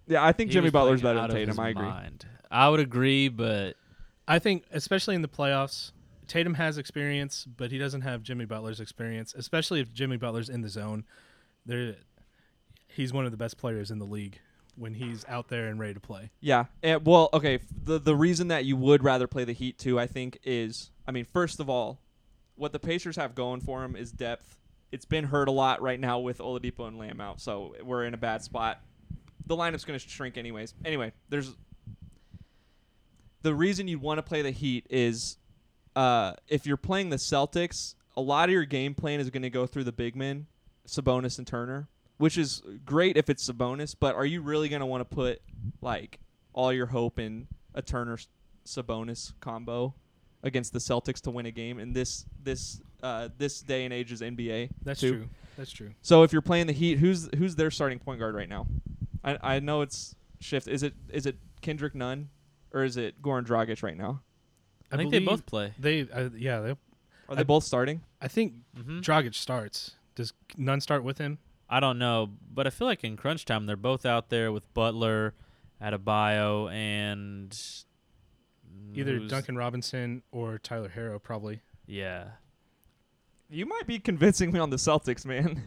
yeah, I think He Jimmy was Butler's playing better out than Tatum. of his I agree. mind. I would agree, but I think especially in the playoffs, Tatum has experience, but he doesn't have Jimmy Butler's experience, especially if Jimmy Butler's in the zone. There he's one of the best players in the league when he's out there and ready to play. Yeah. And, well, okay. f- The the reason that you would rather play the Heat too, I think, is I mean, first of all, what the Pacers have going for them is depth. It's been hurt a lot right now with Oladipo and Lamb out, so we're in a bad spot. The lineup's going to shrink anyways. Anyway, there's the reason you want to play the Heat is uh, if you're playing the Celtics, a lot of your game plan is going to go through the big men, Sabonis and Turner, which is great if it's Sabonis. But are you really going to want to put like all your hope in a Turner S- Sabonis combo against the Celtics to win a game in this this uh, this day and age is NBA? That's too? true. That's true. So if you're playing the Heat, who's who's their starting point guard right now? I I know it's shift. Is it is it Kendrick Nunn or is it Goran Dragic right now? I, think they believe both play. They, uh, yeah, they, Are they I- both starting? I think Mhm. Dragic starts. Does none start with him? I don't know, but I feel like in crunch time they're both out there with Butler, Adebayo, and Either who's- Duncan Robinson or Tyler Harrow, probably. Yeah, You might be convincing me on the Celtics, man.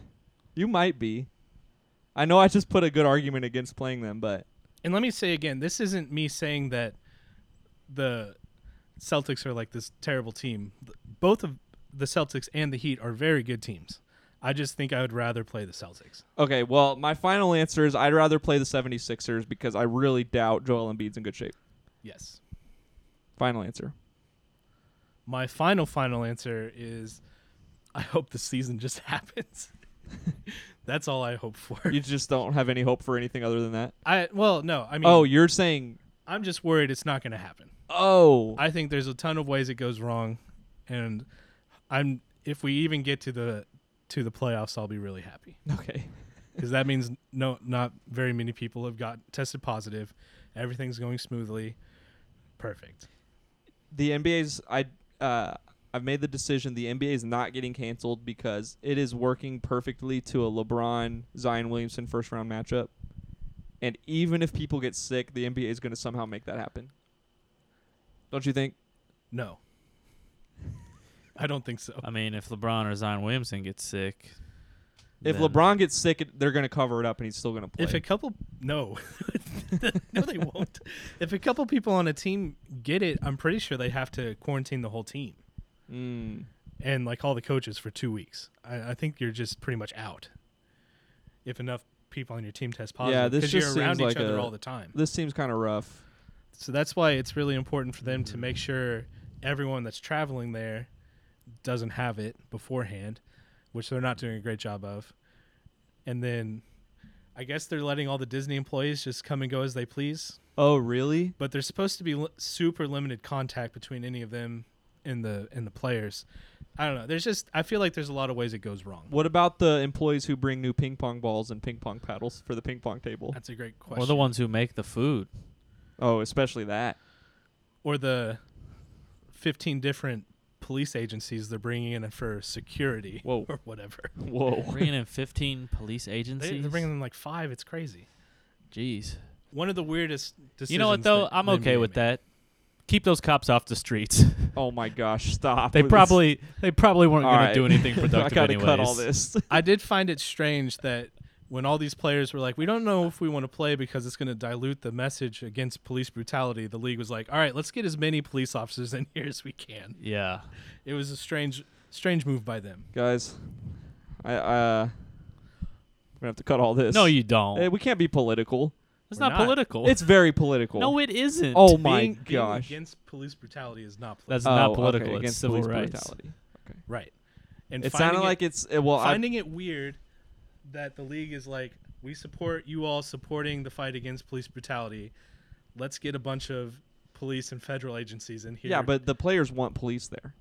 You might be. I know I just put a good argument against playing them, but And let me say again, this isn't me saying that the Celtics are like this terrible team. Th- Both of the Celtics and the Heat are very good teams. I just think I would rather play the Celtics. okay, well, my final answer is I'd rather play the 76ers because I really doubt Joel Embiid's in good shape. Yes. Final answer. My final final answer is I hope the season just happens. That's all I hope for. You just don't have any hope for anything other than that. I well, no, I mean oh, you're saying I'm just worried it's not going to happen. Oh, I think there's a ton of ways it goes wrong, and I'm if we even get to the to the playoffs, I'll be really happy okay. because that means no, not very many people have got tested positive. Everything's going smoothly, perfect. The NBA's I uh, I've made the decision the NBA is not getting canceled because it is working perfectly to a LeBron Zion Williamson first round matchup. And even if people get sick, the NBA is going to somehow make that happen. Don't you think? No, I don't think so. I mean, if LeBron or Zion Williamson gets sick, If then- LeBron gets sick, it- they're going to cover it up and he's still going to play. If a couple no, no they won't. If a couple people on a team get it, I'm pretty sure they have to quarantine the whole team Mm. and like all the coaches for two weeks. I, I think you're just pretty much out if enough people on your team test positive. Yeah, this 'cause just you're around seems each like other a- all the time. This seems kind of rough. So that's why it's really important for them to make sure everyone that's traveling there doesn't have it beforehand, which they're not doing a great job of. And then I guess they're letting all the Disney employees just come and go as they please, Oh, really? but there's supposed to be li- super limited contact between any of them and the and the players. I don't know. There's just I feel like there's a lot of ways it goes wrong. What about the employees who bring new ping pong balls and ping pong paddles for the ping pong table? That's a great question. or the ones who make the food. Oh, especially that. or the 15 different police agencies they're bringing in for security Whoa. or whatever. Whoa. Bringing in 15 police They, agencies. they're bringing in like five. It's crazy. Jeez. One of the weirdest decisions. You know what though? that I'm Lin okay May with made. that. Keep those cops off the streets. Oh my gosh! Stop. they with this. probably they probably weren't All going right. to do anything I productive gotta anyways. cut all this. I did find it strange that when all these players were like, we don't know if we want to play because it's going to dilute the message against police brutality, the league was like, all right, let's get as many police officers in here as we can. Yeah. It was a strange, strange move by them. Guys, I uh, we have to cut all this. No, you don't. Hey, we can't be political. it's we're not, not. political. It's very political. no, it isn't. Oh my Being- being gosh. against police brutality is not That's political. Oh, not okay, political. It's against civil police rights. brutality. right. And It finding sounded like it's uh, well. I, finding it weird that the league is like, we support you all supporting the fight against police brutality. Let's get a bunch of police and federal agencies in here. yeah, but the players want police there.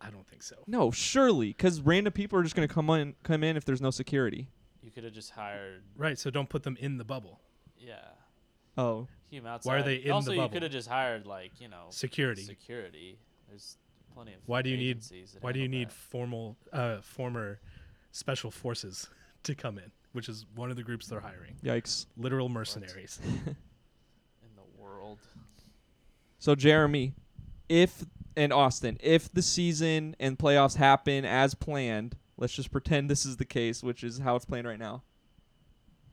I don't think so. No, surely, because random people are just gonna come in, come in if there's no security. You could have just hired. Right, so don't put them in the bubble. Yeah. Oh, Keep Why are they in the Also, you bubble? coulda just hired like you know Security. Security. There's plenty of. Why do you need why do you need formal uh, former special forces to come in, which is one of the groups they're hiring. yikes! Literal mercenaries. in the world? So Jeremy, if and Austin, if the season and playoffs happen as planned, let's just pretend this is the case, which is how it's playing right now.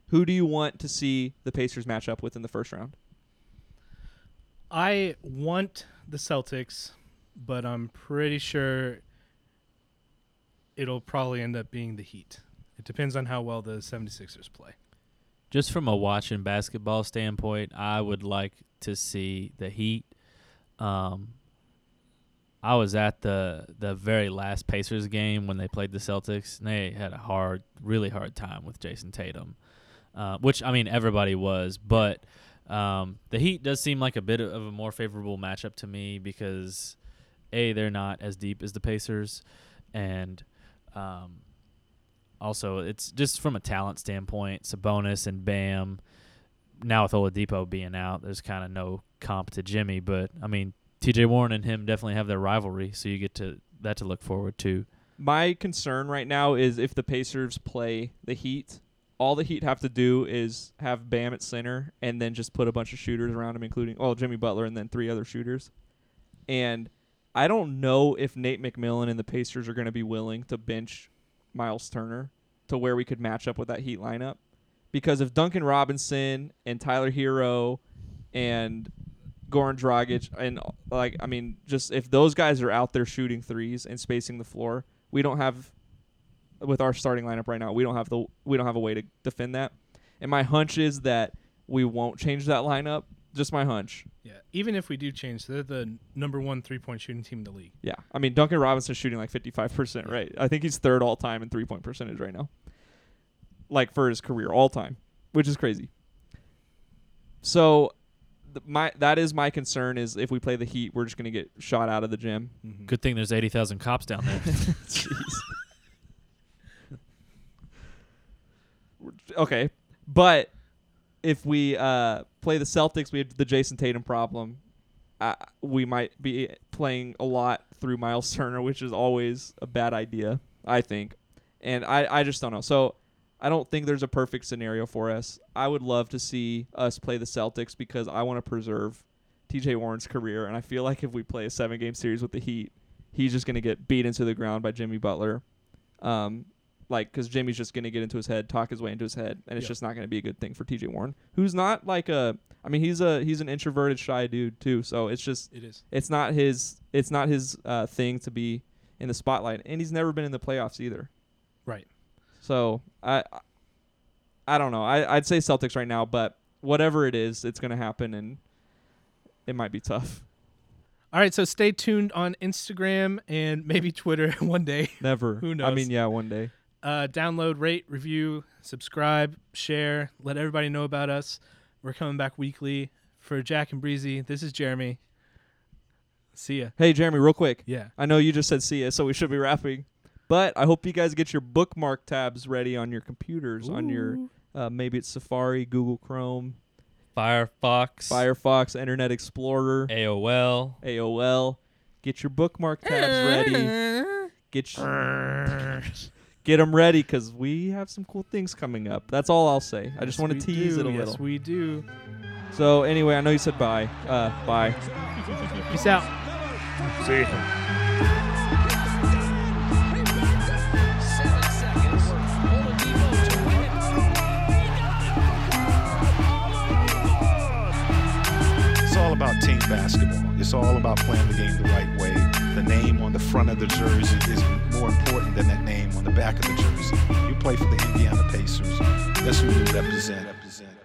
Who do you want to see the Pacers match up with in the first round? I want the Celtics, but I'm pretty sure it'll probably end up being the Heat. It depends on how well the 76ers play. Just from a watching basketball standpoint, I would like to see the Heat. Um, I was at the the very last Pacers game when they played the Celtics, and they had a hard, really hard time with Jason Tatum, uh, which I mean everybody was, but um, the Heat does seem like a bit of a more favorable matchup to me because a they're not as deep as the Pacers, and um, also it's just from a talent standpoint, Sabonis and Bam. Now with Oladipo being out, there's kind of no comp to Jimmy, but I mean T.J. Warren and him definitely have their rivalry, so you get to that to look forward to. My concern right now is if the Pacers play the Heat, all the Heat have to do is have Bam at center and then just put a bunch of shooters around him, including oh Jimmy Butler and then three other shooters. And I don't know if Nate McMillan and the Pacers are going to be willing to bench Miles Turner to where we could match up with that Heat lineup, because if Duncan Robinson and Tyler Hero and Goran Dragic and like I mean just if those guys are out there shooting threes and spacing the floor, we don't have with our starting lineup right now, we don't have the we don't have a way to defend that. And my hunch is that we won't change that lineup. Just my hunch. Yeah. Even if we do change, they're the number one three point shooting team in the league. Yeah. I mean Duncan Robinson's shooting like 55%, right? I think he's third all time in three-point percentage right now. Like for his career all time, which is crazy. So th- my that is my concern is if we play the Heat, we're just gonna get shot out of the gym. Good thing there's 80,000 cops down there. Jeez. okay, but if we uh, play the Celtics, we have the Jason Tatum problem. Uh, we might be playing a lot through Miles Turner, which is always a bad idea, I think. And I, I just don't know. So I don't think there's a perfect scenario for us. I would love to see us play the Celtics because I want to preserve TJ Warren's career. And I feel like if we play a seven game series with the Heat, he's just going to get beat into the ground by Jimmy Butler. Um, like, because Jimmy's just going to get into his head, talk his way into his head, and it's Yeah. just not going to be a good thing for TJ Warren, who's not like a. I mean, he's a he's an introverted, shy dude too. So it's just It is. it's not his it's not his uh, thing to be in the spotlight, and he's never been in the playoffs either. Right. So I I- I don't know. I I'd say Celtics right now, but whatever it is, it's gonna happen, and it might be tough. All right, so stay tuned on Instagram and maybe Twitter one day. Never. Who I knows? mean, yeah, one day. Uh, download, rate, review, subscribe, share. Let everybody know about us. We're coming back weekly for Jack and Breezy. This is Jeremy. See ya. Hey, Jeremy, real quick. Yeah. I know you just said see ya, so we should be wrapping. But I hope you guys get your bookmark tabs ready on your computers, on your uh, maybe it's Safari, Google Chrome, Firefox, Firefox, Internet Explorer. AOL. AOL. Get your bookmark Eh. tabs ready. Get your, get them ready because we have some cool things coming up. That's all I'll say. I Yes, just want to we tease do. it a yes, little. we do. so anyway, I know you said bye. Uh, bye. Peace out. It's all about team basketball. It's all about playing the game the right way. The name on the front of the jersey is more important than that name on the back of the jersey. You play for the Indiana Pacers. That's who you represent. represent.